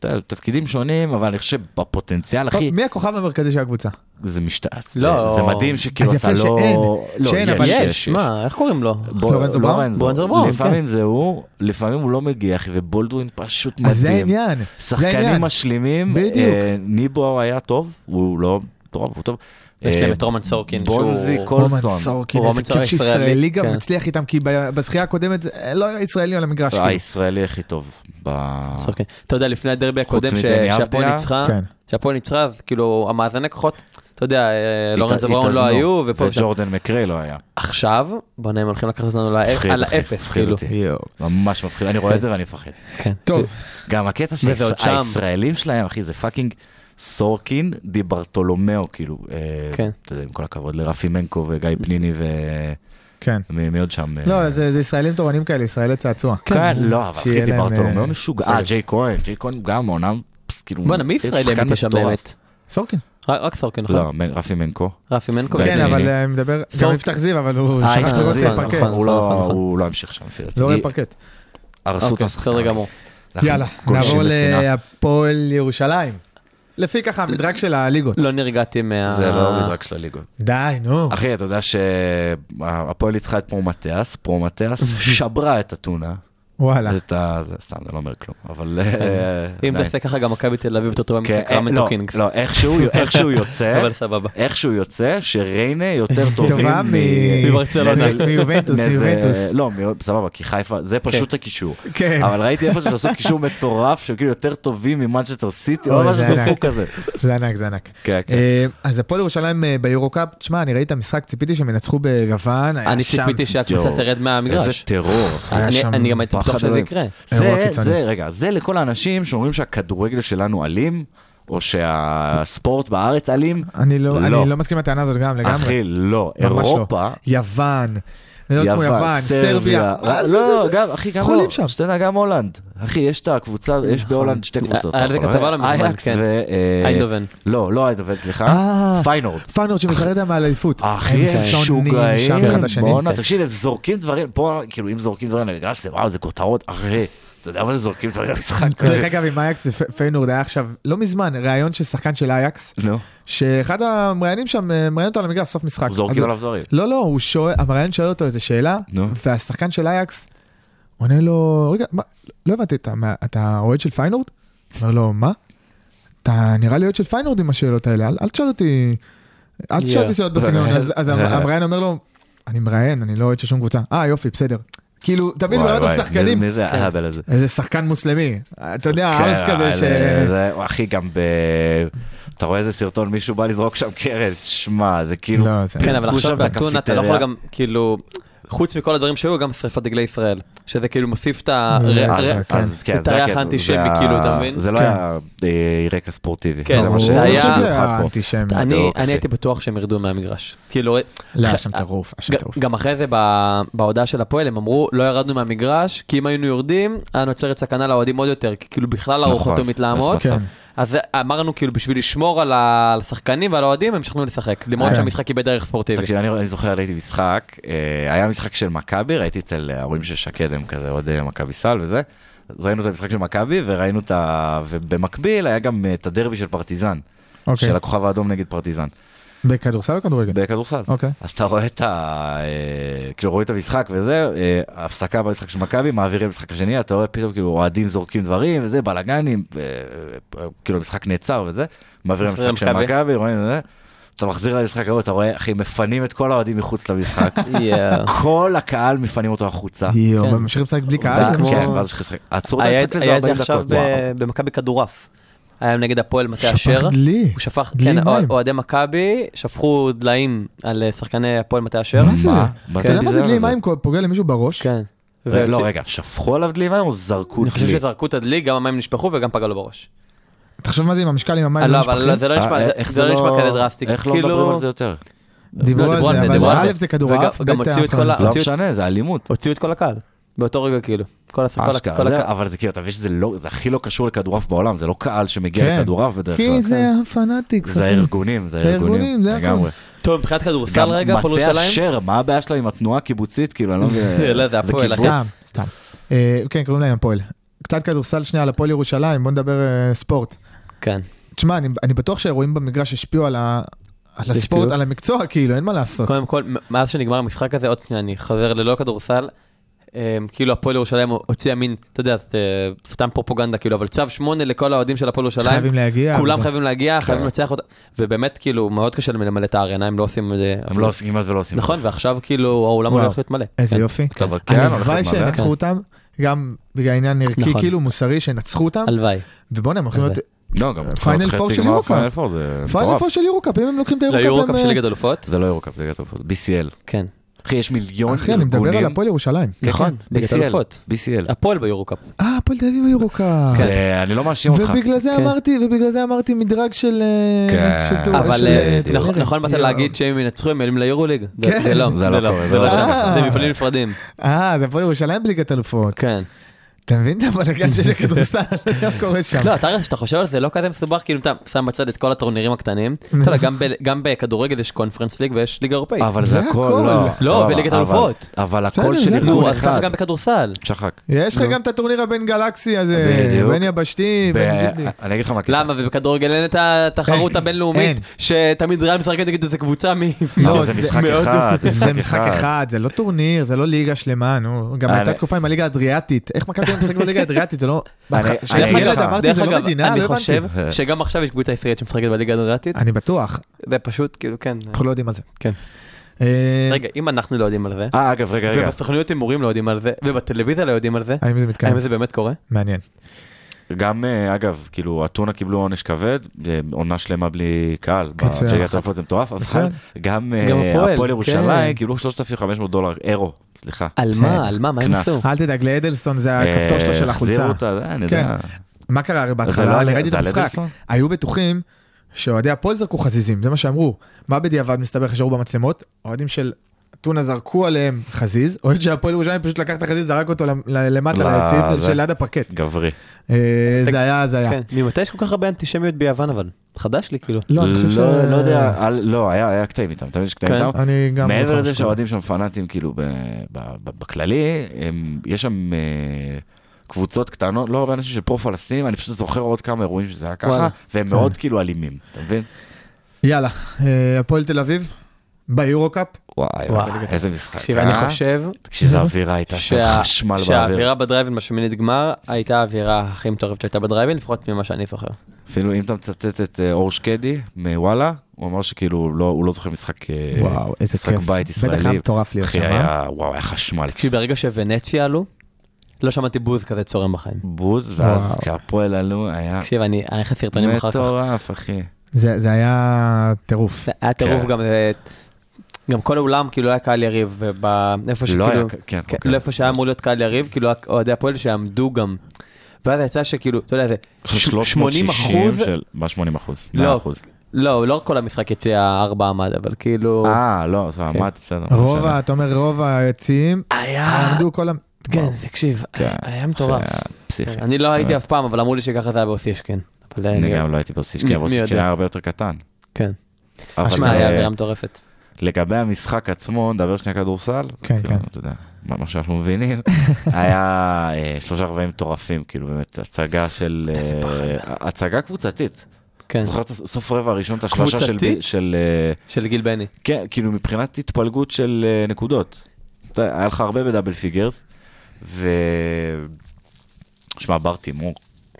אתה יודע, תפקידים שונים, אבל אני חושב בפוטנציאל,
טוב,
אחי,
מי הכוכב המרכזי של הקבוצה?
זה משתעת.
לא.
זה- זה מדהים שכאילו
אז
אתה
יפה
לא...
שאין.
לא,
שאין, אבל-
יש,
יש,
יש. אה,
מה, איך קוראים לו?
בו-
לורנזו בראון?
לורנזו בראון, כן.
לפעמים זה הוא, לפעמים הוא לא מגיע, אחי, ובולדווין פשוט מדהים.
אז זה העניין. זה העניין.
שחקנים משלימים.
בדיוק.
אה, ניבו היה טוב, הוא לא טוב, הוא טוב.
יש להם
אה,
את רומן סורקין,
בונזי
שהוא-
רומן
קולסון.
סורקין,
הוא
איזה
רומן
כיף
סורקין
שישראלי
ישראלי,
גם
כן.
מצליח איתם, כי ב- בזכייה הקודמת זה אה, לא היה ישראלי על המגרש. כאילו.
הישראלי הכי טוב. ב-
סורקין. אתה יודע, לפני הדרבי
חוץ
הקודם ש-
מדני
שהפועל
אבדיה.
ניצחה,
כן.
שהפועל ניצחה, אז כאילו, המאזני כוחות, אתה יודע, אה, לורנס
הת-
אברהם לא
התאזנו,
היו, ופה ושם.
וג'ורדן מקריי לא היה.
עכשיו, בוא'נה, הם הולכים לקחת אותנו לאפ-
מפחיד,
על
אחי,
האפס,
מפחיד
כאילו.
אותי. ממש מפחיד, אני רואה את זה ואני מפחד.
כן.
טוב,
גם הקטע
וזה עוד שם.
שהישראלים שלהם, אחי, זה פאקינג סורקין די ברטולומיאו, כאילו. אה,
כן.
אתה יודע, עם כל הכבוד לרפי מנקו וגיא פניני ו...
כן.
מי מי עוד שם? אה,
לא, זה זה ישראלים תורנים כאלה, ישראלי צעצוע.
כן, לא, אבל
שיהיה
אחי,
להם, אה,
ברטולומיאו משוגע. אה,
סרט.
ג'יי כהן, ג'יי כהן גם עונה, פס, כאילו...
בוא'נה, מי
שחקן
ישראלי אמיתי שם
מטורף.
באמת?
סורקין.
רק רק סורקין, נכון?
לא, מנ- רפי מנקו.
רפי מנקו?
כן,
אה,
אבל
אה,
אה, אני מדבר, גם
סורק-
יפתח זיו, אבל הוא
אה,
שכח
אה,
לראות
זיו,
את
נכון,
הפרקט.
הוא
נכון,
לא-
נכון.
הוא לא המשיך שם, לפי דעתי.
לא רואה פרקט.
הרסו את
אוקיי,
השחקן.
בסדר גמור.
אנחנו
יאללה,
גולשים
נעבור
בשנאה.
להפועל ירושלים. לפי ככה המדרג של הליגות.
לא נרגעתי מה...
זה לא מדרג של הליגות.
די, נו.
אחי, אתה יודע שהפועל ניצחה את פרומטאס, פרומטאס שברה את אתונה.
וואלה.
את ה... זה סתם, זה לא אומר כלום, אבל... אה,
אם
עדיין.
תעשה ככה, גם מכבי תל אביב יותר טובה
כן,
משחק
אה,
רמנטו
לא,
קינגס.
לא, איכשהו איכשהו יוצא,
אבל סבבה.
איכשהו יוצא שריינה יותר טובים
טובה מ...
מ-
מברצלונה.
מאיזה-
מיובנטוס,
מאיזה-
מיובנטוס.
לא, מ- סבבה, כי חיפה, זה פשוט הקישור.
כן.
אבל ראיתי איפה שעשו קישור מטורף, שהם כאילו יותר טובים ממנצ'סטר סיטי, או
אוי,
משהו
זה ענק.
דפוק כזה.
זה ענק, זה ענק.
כן, כן.
אה, אז הפועל ירושלים אה, ביורו-קאפ, תשמע, אני ראיתי את המשחק, ציפיתי שהם ינצחו ביוון. היה
אני
אה, שם-
ציפיתי שהקבוצה
יואו,
תרד
איזה כן,
מהמגרש.
טרור. אחי.
היה
אני-
שם
אני גם הייתי
פחד
בטוח שזה
אלוהים.
יקרה.
אירוע
זה,
קיצוני.
זה, רגע, זה לכל האנשים שאומרים שהכדורגל שלנו אלים, או שהספורט בארץ אלים,
אני לא,
לא.
אני לא מסכים לטענה הזאת גם לגמרי.
אחי, לא.
ממש
אירופה,
לא. יוון, מדינות כמו יוון, סרביה. אה,
ר- לא, גם, אחי, גם
חולים
לא,
שם. נכון.
שתדע, גם הולנד. אחי, יש את הקבוצה, יש בהולנד שתי קבוצות.
היה לזה
אתה רואה?
כתבה לא מזמן,
אייקס
כן.
ו... אה,
איינדובן.
לא, לא איינדובן, סליחה.
אה,
פיינורד.
פיינורד שמתחרדה מהאליפות.
אחי,
הם
הם
שונאים שם אחד את
שוגעים,
השני.
כן.
בואנה, תקשיב, הם זורקים דברים, פה, כאילו, אם זורקים דברים למגרש, זה וואו, זה כותרות, אחי, אתה יודע מה זה זורקים דברים למשחק
דרך
כזה?
אגב, עם אייקס ופיינורד היה עכשיו, לא מזמן, ראיון של שחקן של אייקס,
נו,
שאחד המראיינים שם אה, מראיין אותו על המגרש, סוף משחק.
זורקים
אז-
עליו דברים.
לא, לא, הוא שואל, המראיין שואל אותו איזה שאלה,
נו.
והשחקן של אייקס עונה לו, רגע, מה, לא הבנתי, אתה, מה, אתה אוהד של פיינורד? אומר לו, מה? אתה נראה לי אוהד של פיינורד עם השאלות האלה, אל, אל תשאל אותי, אל תשאל אותי שאלות בסגנון. אז, אז המ- המראיין אומר לו, אני מראיין, אני לא אוהד של שום קבוצה. אה, יופי, בסדר. כאילו, תבין, הוא רואה
וואי,
את
וואי,
השחקנים,
מי- מי זה ההבל הזה?
איזה שחקן מוסלמי, אתה יודע,
כן,
הארס כן. אה, כזה ש...
זה- זה- אחי, גם ב... אתה רואה איזה סרטון, מישהו בא לזרוק שם קרן, שמע, זה כאילו...
לא, זה-
כן, אבל
הוא
עכשיו
שם את
באתונה אתה לא
הקפיטריה.
יכול גם, כאילו, חוץ מכל הדברים שהיו, גם שרפת דגלי ישראל. שזה כאילו מוסיף את ה- ר-
אז-
ר-
כן.
אז כן,
את
זה
הריח
הקטע,
האנטישמי,
זה ה-
כאילו, אתה מבין?
זה לא
כן.
היה אה, רקע ספורטיבי.
כן,
זה מה
ברור
ש-
זה היה-
שזה
אחד פה.
האנטישמי.
אני-
בדיוק, אחי.
אני הייתי בטוח שהם ירדו מהמגרש. כאילו,
לא, היה
ח-
שם טירוף, היה שם
ג-
טירוף.
גם אחרי זה ב- בהודעה של הפועל הם אמרו לא ירדנו מהמגרש כי אם היינו יורדים היה נוצרת סכנה לאוהדים עוד יותר כי כאילו בכלל הרוחות
נכון,
היו מתלהמות.
אז מצב.
כן.
אז אמרנו כאילו בשביל לשמור על ה- על השחקנים ועל האוהדים המשכנו לשחק למרות
כן.
שהמשחק איבד ערך ספורטיבי.
אה. תקשיב, אני אני זוכר, הייתי משחק, אה, היה משחק של מכבי, ראיתי אצל ההורים של שקד, הם כזה עוד אה, מכבי סל וזה. אז ראינו את המשחק של מכבי, וראינו את ה... ובמקביל היה גם אה, את הדרבי של פרטיזן,
אוקיי.
של הכוכב האדום נגד פרטיזן.
בכדורסל או כדורגל?
בכדורסל.
אוקיי.
אז אתה רואה את ה... אה, כאילו רואים את המשחק וזה, אה, הפסקה במשחק של מכבי, מעבירים למשחק השני, אתה רואה פתאום כאילו אוהדים זורקים דברים וזה, בלאגנים, אה, אה, כאילו המשחק נעצר וזה, מעבירים
מחזירים
למשחק של
למכבי.
מכבי, רואים את זה. אתה מחזיר למשחק ההוא, אתה רואה, אחי, מפנים את כל האוהדים מחוץ למשחק.
יאה.
כל הקל מפנים אותו החוצה.
יואו,
כן.
ממשיכים לשחק בלי
ואז-
קהל? כמו-
אה, כן, ואז יש לך לשחק. עצרו את
היה
המשחק לזה
היה את זה
40
עכשיו
דקות.
ב- במכבי כדורעף. היה נגד הפועל מטה אשר.
שפך דלי.
הוא שפך,
דלי
כן,
מים.
אוה- אוהדי מכבי שפכו דליים על אה, שחקני הפועל מטה אשר.
מה זה?
מה? מה
כן. אתה יודע מה זה
הביזיון
דלי
הזה?
מים פוגע למישהו בראש?
כן.
וואו. לא,
ו-
רגע, שפכו עליו דלי מים או זרקו
אני חושב
דלי?
שזרקו את הדלי, גם המים נשפכו וגם פגע לו בראש.
תחשוב מה זה עם המשקל עם
אה,
המים
לא,
לא
אבל
משפכים?
זה לא נשמע-
אה,
זה-
איך
זה לא נשמע כזה דרפטי.
איך לא
כאילו-
מדברים על זה יותר?
דיברו
לא,
על
דיברו
זה,
על זה,
אבל
דיברו על
א'
זה.
זה כדורעף,
וגם- גם
ב'
הוציאו את
אנחנו-
כל ה-
לא
הוציאו-
משנה, זה אלימות.
הוציאו את כל הקהל, באותו רגע כאילו. כל הס- כל ה-
אשכרה,
כל
זה-
הקהל.
אבל זה כאילו, אתה מבין שזה לא, זה הכי לא קשור לכדורעף בעולם, זה לא קהל שמגיע
כן.
לכדורעף בדרך כלל.
כי זה הפנאטיקס.
לא כן. זה הארגונים, זה
זה
הארגונים,
הארגונים, זה הכל.
לגמרי.
טוב, מבחינת כדורסל
גם
רגע, הפועל
מטה
ירושלים?
אשר, מה הבעיה שלו עם התנועה הקיבוצית? כאילו, אני לא מבין.
לא, זה הפועל,
קיבוץ.
סתם, סתם. אה, כן, קוראים להם הפועל. קצת כדורסל שנייה על הפועל ירושלים, בוא נדבר אה, ספורט.
כן.
תשמע, אני- אני בטוח שהאירועים במגרש השפיעו על ה- על הספורט,
השפיעו?
על המקצוע, כאילו, אין מה לעשות.
קודם כל, מ- מאז שנגמר המשחק הזה, עוד שנייה, אני חוזר ללא כדורסל. אמ, כאילו הפועל ירושלים הוציאה מין, אתה יודע, זה אה, סתם פרופוגנדה, כאילו, אבל צו שמונה לכל האוהדים של הפועל ירושלים.
חייבים להגיע.
כולם
וזה-
חייבים
כן.
להגיע, חייבים לנצח אותה. ובאמת, כאילו, מאוד קשה להם למלא את הארנה, הם לא עושים את זה.
הם לא עושים כמעט ולא עושים.
נכון, ועכשיו כאילו האולם
וואו.
הולך להיות מלא.
איזה
כן.
יופי.
אתה בקן, הולך
הלוואי
להתמלא.
שינצחו אותם, גם בגלל עניין ערכי,
נכון.
כאילו מוסרי, שינצחו אותם,
הלוואי.
ובואנה, הם הולכים להיות
לא, גם
פיינל
חצי
פור של
גמר,
יורוקאפ.
פיינל פור זה
פיינל
מטורף.
פור של יורוקאפ, אם הם לוקחים את
לא,
היורוקאפ,
יורוקאפ
הם,
של
אה,
ליגת אלופות?
זה לא יורוקאפ, זה ליגת אלופות. BCL.
כן.
אחי, יש מיליון
אחי, אני
ארגונים. כן,
מדבר על הפועל ירושלים.
נכון, ליגת
BCL.
אלופות. כן.
BCL.
הפועל ביורוקאפ.
אה, הפועל תל אביב הירוקאפ.
זה- אני לא מאשים אותך.
ובגלל זה
כן.
אמרתי, ובגלל זה אמרתי מדרג של... אה,
כן.
של טור-
אבל
של,
אה,
אה,
בדיוק.
נכון-
טורנירים.
נכון באת
יואו.
להגיד שהם ינצחו, הם עולים ליורוליג? זה
כן.
זה לא,
זה לא קורה,
זה לא
זה לא
שם.
קורה.
זה מפעלים נפרדים.
אה, זה הפועל ירושלים בליגת אלופות.
כן.
אתה מבין את הבלגן שיש לכדורסל? מה קורה שם?
לא, אתה רואה שאתה חושב על זה, לא כזה מסובך, כאילו אתה שם בצד את כל הטורנירים הקטנים. אתה
נכון.
יודע, גם ב- גם בכדורגל יש קונפרנס ליג ויש ליגה אירופאית.
אבל
זה
זה הכל,
הכל.
לא.
לא,
סבבה,
וליגת
אבל-
אלופות.
אבל
בסדר,
הכל
זה
של
הכל.
ארגון
נו, אז ככה
אחד.
גם בכדורסל.
כן.
שחק.
יש לך גם את הטורניר הבין גלקסי הזה,
בדיוק.
בין יבשתי,
ב-
בין זיבלי.
אני אגיד לך מה הקטע.
למה? ובכדורגל אין את התחרות
אין,
הבינלאומית,
אין.
שתמיד ריאל משחקת נגד איזה קבוצה מ...
לא,
אבל אה, זה
זה
משחק
מאוד-
אחד.
זה משחק אחד, זה לא טורניר, זה לא ליגה שלמה, נו. גם
אני-
הייתה תקופה עם הליגה האדריאטית. איך מכבי היום משחק בליגה האדריאטית? זה לא...
אני-
כשהייתי
אני-
ילד
דרך
אמרתי, זה לא מדינה,
אני
לא הבנתי.
חושב שגם עכשיו יש קבוצה ישראלית שמשחקת בליגה הדריאטית,
אני בטוח,
זה פשוט כאילו, כן.
אנחנו לא יודעים על זה.
כן.
אה,
רגע, אם אנחנו לא יודעים על זה,
אה, אגב, רגע, רגע.
ובסוכנויות הימורים לא יודעים על זה, ובטלוויזיה לא יודעים על זה,
האם זה מתקיים?
האם זה באמת קורה?
מעניין.
גם, אה, אגב, כאילו, אתונה קיבלו עונש כבד, אה, עונה שלמה בלי קהל.
מצוין.
בליגת האלופות זה מטורף, אבל
מצוין.
גם אה,
גם הפועל,
הפועל ירושלים
כן.
קיבלו 3,500 דולר, אירו, סליחה.
על
בסדר.
מה? על מה? מה הם
קנס.
עשו?
אל תדאג, לאדלסון זה הכפתור שלו של
אה,
החולצה.
החזירו אותה, אה, אני
כן.
יודע.
מה קרה הרי
זה לא
בהתחלה? אני
אל-
ראיתי את
זה על
המשחק.
אדלסון?
היו בטוחים שאוהדי הפועל זרקו חזיזים, זה מה שאמרו. מה בדיעבד מסתבר ששארו במצלמות? אוהדים של אתונה זרקו עליהם חזיז, אוהד של הפועל ירושלים פשוט לקח את החזיז, זרק אותו למ- למטה
לא,
ליציב
זה-
של ליד הפרקט.
גברי.
אה, זה היה, זה היה.
כן, ממתי יש כל כך הרבה אנטישמיות ביוון אבל? חדש לי כאילו.
לא, אני חושב ש...
לא, לא יודע, על- לא, היה היה קטעים איתם, תמיד יש קטעים
כן.
איתם.
אני גם...
מעבר
זוכר
לזה
משהו.
שהאוהדים שם פנאטים, כאילו, ב- ב- ב- בכללי, הם- יש שם אה, קבוצות קטנות, לא הרבה אנשים של פרו-פלסטינים, אני פשוט זוכר עוד כמה אירועים שזה היה ככה,
וואלה.
והם מאוד כאילו אלימים, אתה מבין?
יאללה, אה, הפועל תל אביב, ביורו-קאפ,
וואי,
וואי.
וואי, איזה משחק.
תקשיב,
אה?
אני חושב
תקשיב, איזה אווירה הייתה שם,
שה-
חשמל באוויר.
שהאווירה בדרייבין בשמינית גמר הייתה האווירה הכי מטורפת שהייתה בדרייבין, לפחות ממה שאני זוכר.
אפילו אם אתה מצטט את אה, אור שקדי מוואלה, הוא אמר שכאילו לא- הוא לא זוכר משחק אה,
וואו, איזה
משחק
כיף.
בית
בטח היה
ישראלי.
מטורף להיות שם,
אחי
אה?
היה, וואו, היה חשמל.
תקשיב, ברגע שוונציה עלו, לא שמעתי בוז כזה צורם בחיים.
אה. בוז, ואז
וואו.
כשהפועל עלו, היה
תקשיב, אני אני אראה לך סרטונים אחר כך.
מטורף, אחי.
זה זה היה טירוף.
זה היה טירוף
כן.
גם, אה, גם כל האולם כאילו היה קהל יריב, ובאיפה
לא היה,
שכאילו,
כן,
כן,
כן.
לא איפה שהיה אמור להיות קהל יריב, כאילו אוהדי הפועל שעמדו גם. ואז יצא שכאילו, אתה יודע, זה ש- 80
360
אחוז,
של... מה 80 אחוז?
לא.
100 אחוז.
לא, לא כל המשחק יצא ארבע עמד, אבל כאילו,
אה, לא, זה
כן.
עמד, בסדר. לא
רוב,
משנה.
ה- אתה אומר רוב היציעים,
היה,
עמדו כל ה...
אה, כן, תקשיב,
כן.
היה מטורף.
זה היה פסיכי.
אני לא הייתי אף פעם, אבל אמרו לי שככה זה היה באוסישקין. אבל זה
אני
היה-
גם לא הייתי בסיסקי,
מי-
אבל
מי
סיסקי
יודע?
היה הרבה יותר קטן.
כן.
אבל
שמע,
אה,
היה אווירה מטורפת.
לגבי המשחק עצמו, נדבר שנייה כדורסל.
כן,
כאילו,
כן.
אתה יודע, מה מה שאנחנו מבינים. היה אה, שלושה רבעים מטורפים, כאילו באמת, הצגה של... אה, הצגה קבוצתית.
כן,
זוכר את הסוף רבע הראשון, את השלושה של...
קבוצתית?
של... אה,
של גיל בני.
כן, כאילו מבחינת התפלגות של אה, נקודות. אתה יודע, היה לך הרבה בדאבל פיגרס, ו... שמע, בר תימור.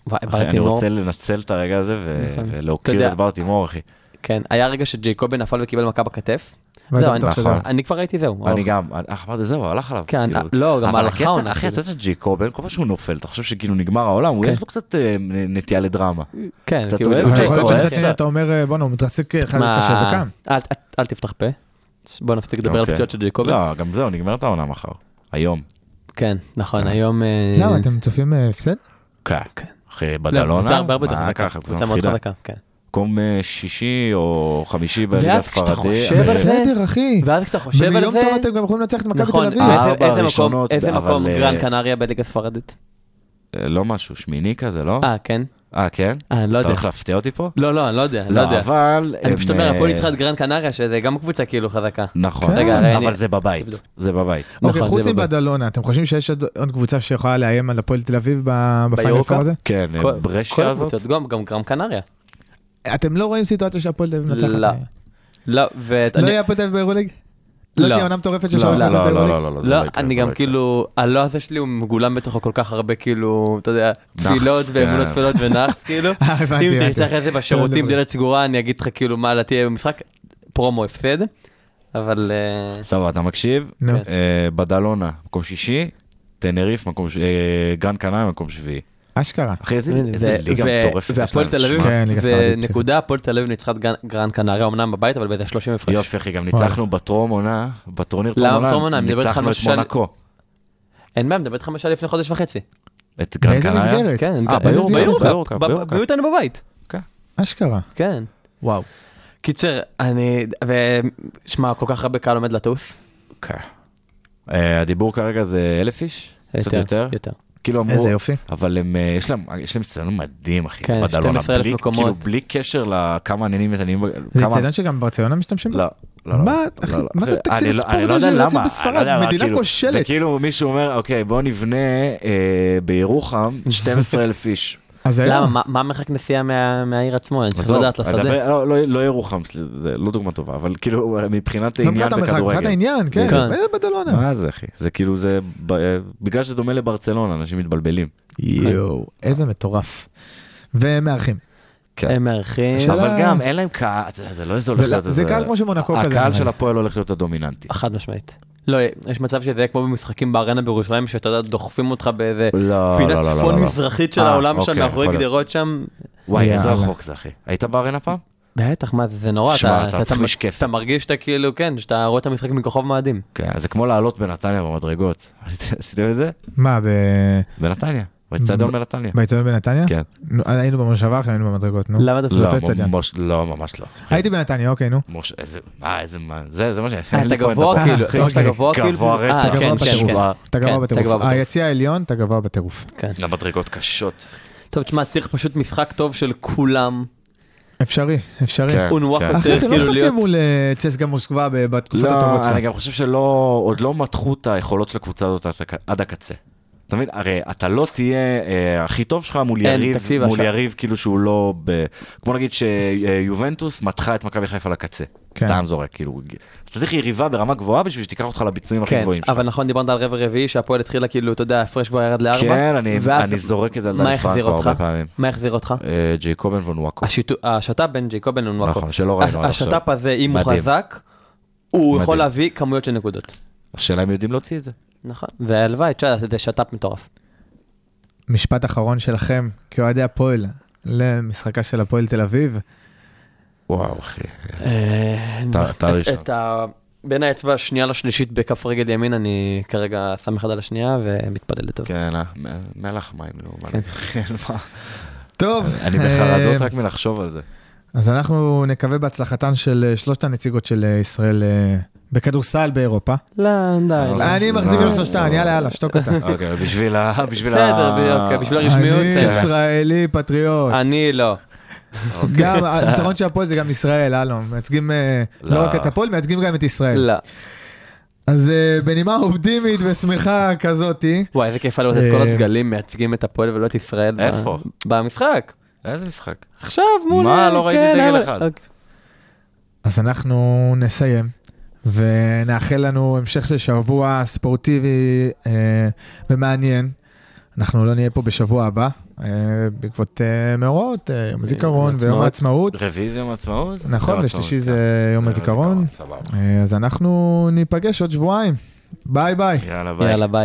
וואי,
אחי,
ברטי
אני
מור.
רוצה לנצל את הרגע הזה ו...
נכון. אתה
ולהוקיר
יודע-
את בר תימור, אחי.
כן, היה רגע שג'ייקובי נפל וקיבל מכה בכתף.
ואתה
זהו, אני-
בטוח שזה-
נכון.
אני כבר ראיתי זהו. אוקיי.
אני גם, אני- אה, אמרתי, זהו, הלך עליו.
כן,
כאילו.
אה, לא, גם
אבל
הלכה
הקטע,
עונה,
אחי,
כאילו.
אתה יודע שג'ייקובן, כל פעם שהוא נופל, אתה חושב שכאילו נגמר העולם, הוא
כן.
יש לו קצת אה, נטייה לדרמה.
כן,
קצת
כאילו,
אוהב,
לפני
אבל
אוקיי,
יכול להיות
כל-
אוהב,
שמצד
כן.
שני אתה אומר, אה, בואנה, הוא מתרסק אה, אחד
מה-
קשה וקם.
אל- אל- אל תפתח פה. בוא נפסיק לדבר על
אוקיי.
פציעות של ג'ייקובי.
לא, גם זהו, נגמרת העונה מחר. היום.
כן, נכון,
אה.
היום... אה,
למה, אתם צופים אה, הפסד?
כן.
כן.
אחי,
לא, קבוצה
בדלונה,
הרבה הרבה יותר
מה
חזקה.
ככה, קבוצה
קבוצה מאוד
מפחידה.
חזקה, כן.
מקום אה, שישי או חמישי בליגה
ואז כשאתה
הספרדית.
חושב על זה-
בסדר, אחי.
ואז כשאתה חושב על זה...
ומיום טוב אתם גם יכולים לנצח את מכבי תל
נכון,
אביב.
אה,
איזה-
ארבע
איזה מקום,
הראשונות,
איזה
אבל,
מקום
אה,
גרן קנריה בליגה הספרדית?
אה, לא משהו, שמיני כזה, לא?
אה, כן?
אה, כן?
אה, אני לא
אתה
יודע.
הולך להפתיע אותי פה?
לא, לא, אני לא יודע, אני לא יודע.
אבל...
אני
הם,
פשוט אומר,
אה,
הפועל ניצחה את גרן קנריה, שזה גם קבוצה כאילו חזקה.
נכון,
כן. רגע,
הרי
אבל
אני-
זה בבית,
תבדוק.
זה בבית.
אוקיי,
נכון,
חוץ
זה בבית.
מבדלונה, אתם חושבים שיש עוד עוד קבוצה שיכולה לאיים על הפועל תל אביב ב- בפיינל
ביורוקאפ?
פור הזה?
כן,
כל- כל
ברשיה הזאת.
הקבוצות, גם- גם גרם קנריה.
אתם לא רואים סיטואציה שהפועל תל אביב מנצחת?
לא. לא, ואני...
לא יהיה הפועל תל אביב באירוליג?
לא.
לא תהיה עונה מטורפת של
לא,
שלוש
לא,
קבוצות
לא, לא,
באירוליג?
לא, לא, זה
לא,
יקרה,
אני
זה
גם
לא
כאילו, הלא הזה שלי הוא מגולם בתוכו כל כך הרבה כאילו, אתה יודע, תפילות
כן.
ואמונות תפילות ונאחס כאילו.
אה, הבנתי,
אם
הבנתי.
תרצה אחרי זה בשירותים
בסדר.
דלת סגורה, אני אגיד לך כאילו מה, לא תהיה במשחק, פרומו הפסד, אבל... אה,
יקרה. סבבה, אתה מקשיב?
נו.
כן.
אה, בדלונה, מקום שישי, טנריף, מקום ש- אה, גן קנאי, מקום שביעי.
אשכרה.
אחי, איזה
ו-
איזה ליגה
ו-
מטורפת. יש
והפועל
להם,
תל אביב,
שמע.
כן, ליגה
זה
ספרדית.
נקודה, הפועל תל אביב ניצחה את גרן- גרן קנריה, אמנם בבית, אבל באיזה 30 הפרש.
יופי אחי, גם ניצחנו בטרום עונה, בטורניר
למה
טרום
טרום
עונה,
עונה? אני מדבר איתך על
ניצחנו את
משל-
מונקו,
אין בעיה, מדבר איתך מה שהיה לפני חודש וחצי.
את גרן
באיזה
קנאיה.
מסגרת?
כן,
אה,
איזה
ביורוקאפ,
ביורוקאפ,
ביורוקאפ,
ב- ב-
ביורוקאפ.
היו איתנו בבית,
אשכרה.
כן.
וואו.
קיצר, אני... ושמע, כל כך הרבה קהל עומד לטוס.
כן. אה, הדיבור כרגע זה אלף איש? קצת יותר?
יותר.
כאילו אמרו,
איזה יופי.
אבל הם, אה, יש להם, יש להם אצטדיון מדהים אחי,
כן,
בדלונה,
12,000
בלי-
מקומות.
כאילו בלי קשר לכמה עניינים מתעניינים, ב-
זה
כמה-
אצטדיון שגם ברציונה משתמשים בו?
לא, לא, לא.
מה,
לא,
אחי,
לא.
מה זה
אחי,
תקציב
אני לא-
הספורט
אני לא
הזה
יודע
שיוצא
למה,
בספרד?
אני לא יודע, אבל
מדינה
כאילו-
כושלת.
זה כאילו מישהו אומר, אוקיי, בוא נבנה אה, בירוחם 12,000 איש.
אז היה.
למה? מה- מה המרחק נסיעה מה- מהעיר עצמו? אני צריך
עזוב,
לדעת לשדה.
הדבר- לא, לא- לא ירוחם, סל- זה לא דוגמה טובה, אבל כאילו מבחינת
לא
העניין
מבחינת המרחק, מבחינת
בכדורגל.
העניין, כן.
כן.
איזה בדלונה.
מה זה אחי? זה כאילו זה, ב- אה, בגלל שזה דומה לברצלונה, אנשים מתבלבלים.
אה. יואו, איזה מטורף. ומארחים.
כן.
הם מארחים.
השאלה-
אבל גם אין להם קהל, זה זה לא איזה הולך
זה לא-
להיות
זה קהל כמו שמונקו כזה.
הקהל
אבל.
של הפועל הולך להיות הדומיננטי.
חד משמעית. לא, יש מצב שזה יהיה כמו במשחקים בארנה בירושלים, שאתה יודע, דוחפים אותך באיזה
לא, לא,
פינה
לא, לא, לא, לא.
צפון-מזרחית של
אה,
העולם
אוקיי,
שם, מאחורי
יכול להיות.
גדרות שם.
וואי, איזה
יאללה.
רחוק זה אחי. היית בארנה פעם?
בטח, מה זה, זה נורא.
שמע, אתה
אתה
צריך משקפת.
אתה מרגיש שאתה כאילו, כן, שאתה רואה את המשחק מכוכב מאדים.
כן, זה כמו לעלות בנתניה במדרגות. עשיתם את זה?
מה, ב-
בנתניה. באצטדיון בנתניה.
באצטדיון בנתניה?
כן.
נו, אה, היינו במושבה, עכשיו היינו במדרגות, נו.
למה דווקא?
לא,
אותו אצטדיון.
ממש- לא, ממש לא.
הייתי בנתניה, אוקיי, נו.
מוש... איזה, מה, איזה, מה, זה, זה מה ש... אין
אתה
לי כהן
גבוה
דבר.
כאילו,
אוקיי.
אתה גבוה
אה, גבוה
כאילו,
רצח.
אה,
אתה גבוה
כן, כן,
בטירוף.
כן.
אתה גבוה
כן,
בטירוף. היציע העליון, אתה גבוה בטירוף.
המדרגות קשות.
טוב, תשמע, צריך פשוט משחק טוב של כולם.
אפשרי, אפשרי.
כן.
אונוואקה
אחי,
אחי,
צריך
אתם לא
כאילו
משחקים
להיות...
מול אה, צסקה מוסקבה ב- בתקופות הטובות
לא, אני
שלך.
גם חושב שלא, עוד לא מתחו את היכולות של הקבוצה הזאת עד הק- עד הקצה. אתה מבין, הרי אתה לא תהיה אה, הכי טוב שלך מול
אין,
יריב,
תקשיב,
מול
עכשיו-
יריב כאילו שהוא לא, ב... כמו נגיד שיובנטוס מתחה את מכבי חיפה לקצה.
כן.
סתם זורק, כאילו, אתה צריך יריבה ברמה גבוהה בשביל שתיקח אותך לביצועים הכי
כן,
גבוהים שלך.
אבל נכון, דיברת על רבע רביעי, שהפועל התחילה כאילו, אתה יודע, ההפרש כבר ירד לארבע.
כן, אני-
ואז
אני זורק את זה על
מה
דני פרנקו
החזיר אותך?
הרבה פעמים.
מה החזיר אותך?
אה, ג'ייקובן ונוואקו.
השיתו- השת"פ בין ג'ייקובן ונואקו.
נכון, שלא ראינו עד עכשיו.
השת"פ הזה, אם הוא
מדהים.
חזק, הוא יכול
מדהים.
להביא כמויות של נקודות.
השאלה אם יודעים להוציא את זה.
נכון. והלוואי, תשמע, זה שת"פ מטורף.
משפט אחרון שלכם, כאוהדי הפועל, למשחקה של הפועל תל אביב.
וואו, אחי. אה,
את-
אתה ראשון.
את ה... בין האצבע השנייה לשלישית בכף רגל ימין, אני כרגע שם אחד על השנייה ומתפלל לטוב.
כן, אה, מ- מלח מים, נו, מה
כן.
נגיד, מה?
טוב. אה,
אני בחרדות רק מלחשוב על זה.
אז אנחנו נקווה בהצלחתן של אה, שלושת הנציגות של אה, ישראל אה, בכדורסל באירופה.
לא, די. לא.
אה,
אני מחזיק
לא.
על שלושתן, יאללה, יאללה, שתוק אתה.
אוקיי, בשביל ה... בשביל ה...
בסדר, אוקיי, בשביל הרשמיות.
אני
כן.
אה,
ישראלי פטריוט.
אני לא.
גם הניצחון של הפועל זה גם ישראל, הלו. מייצגים אה, לא
לא.
רק את הפועל, מייצגים גם את ישראל.
לא.
אז אה, בנימה אופטימית ושמחה כזאתי,
וואי, איזה כיף היה לראות את כל
אה,
הדגלים מייצגים את הפועל ולא את ישראל. ב-
איפה?
במשחק.
איזה משחק.
עכשיו, מול...
מה, לא ראיתי
כן,
דגל
אבל-
אחד.
אוקיי.
אז אנחנו נסיים ונאחל לנו המשך של שבוע ספורטיבי אה, ומעניין. אנחנו לא נהיה פה בשבוע הבא, אה, בעקבות אה, מאורעות, אה, יום הזיכרון ויום העצמאות.
רביעי יום העצמאות?
נכון,
יום
ושלישי
העצמאות,
זה
כן.
יום הזיכרון.
סבבה.
אה, אז אנחנו ניפגש עוד שבועיים. ביי ביי.
יאללה, ביי.
יאללה, ביי.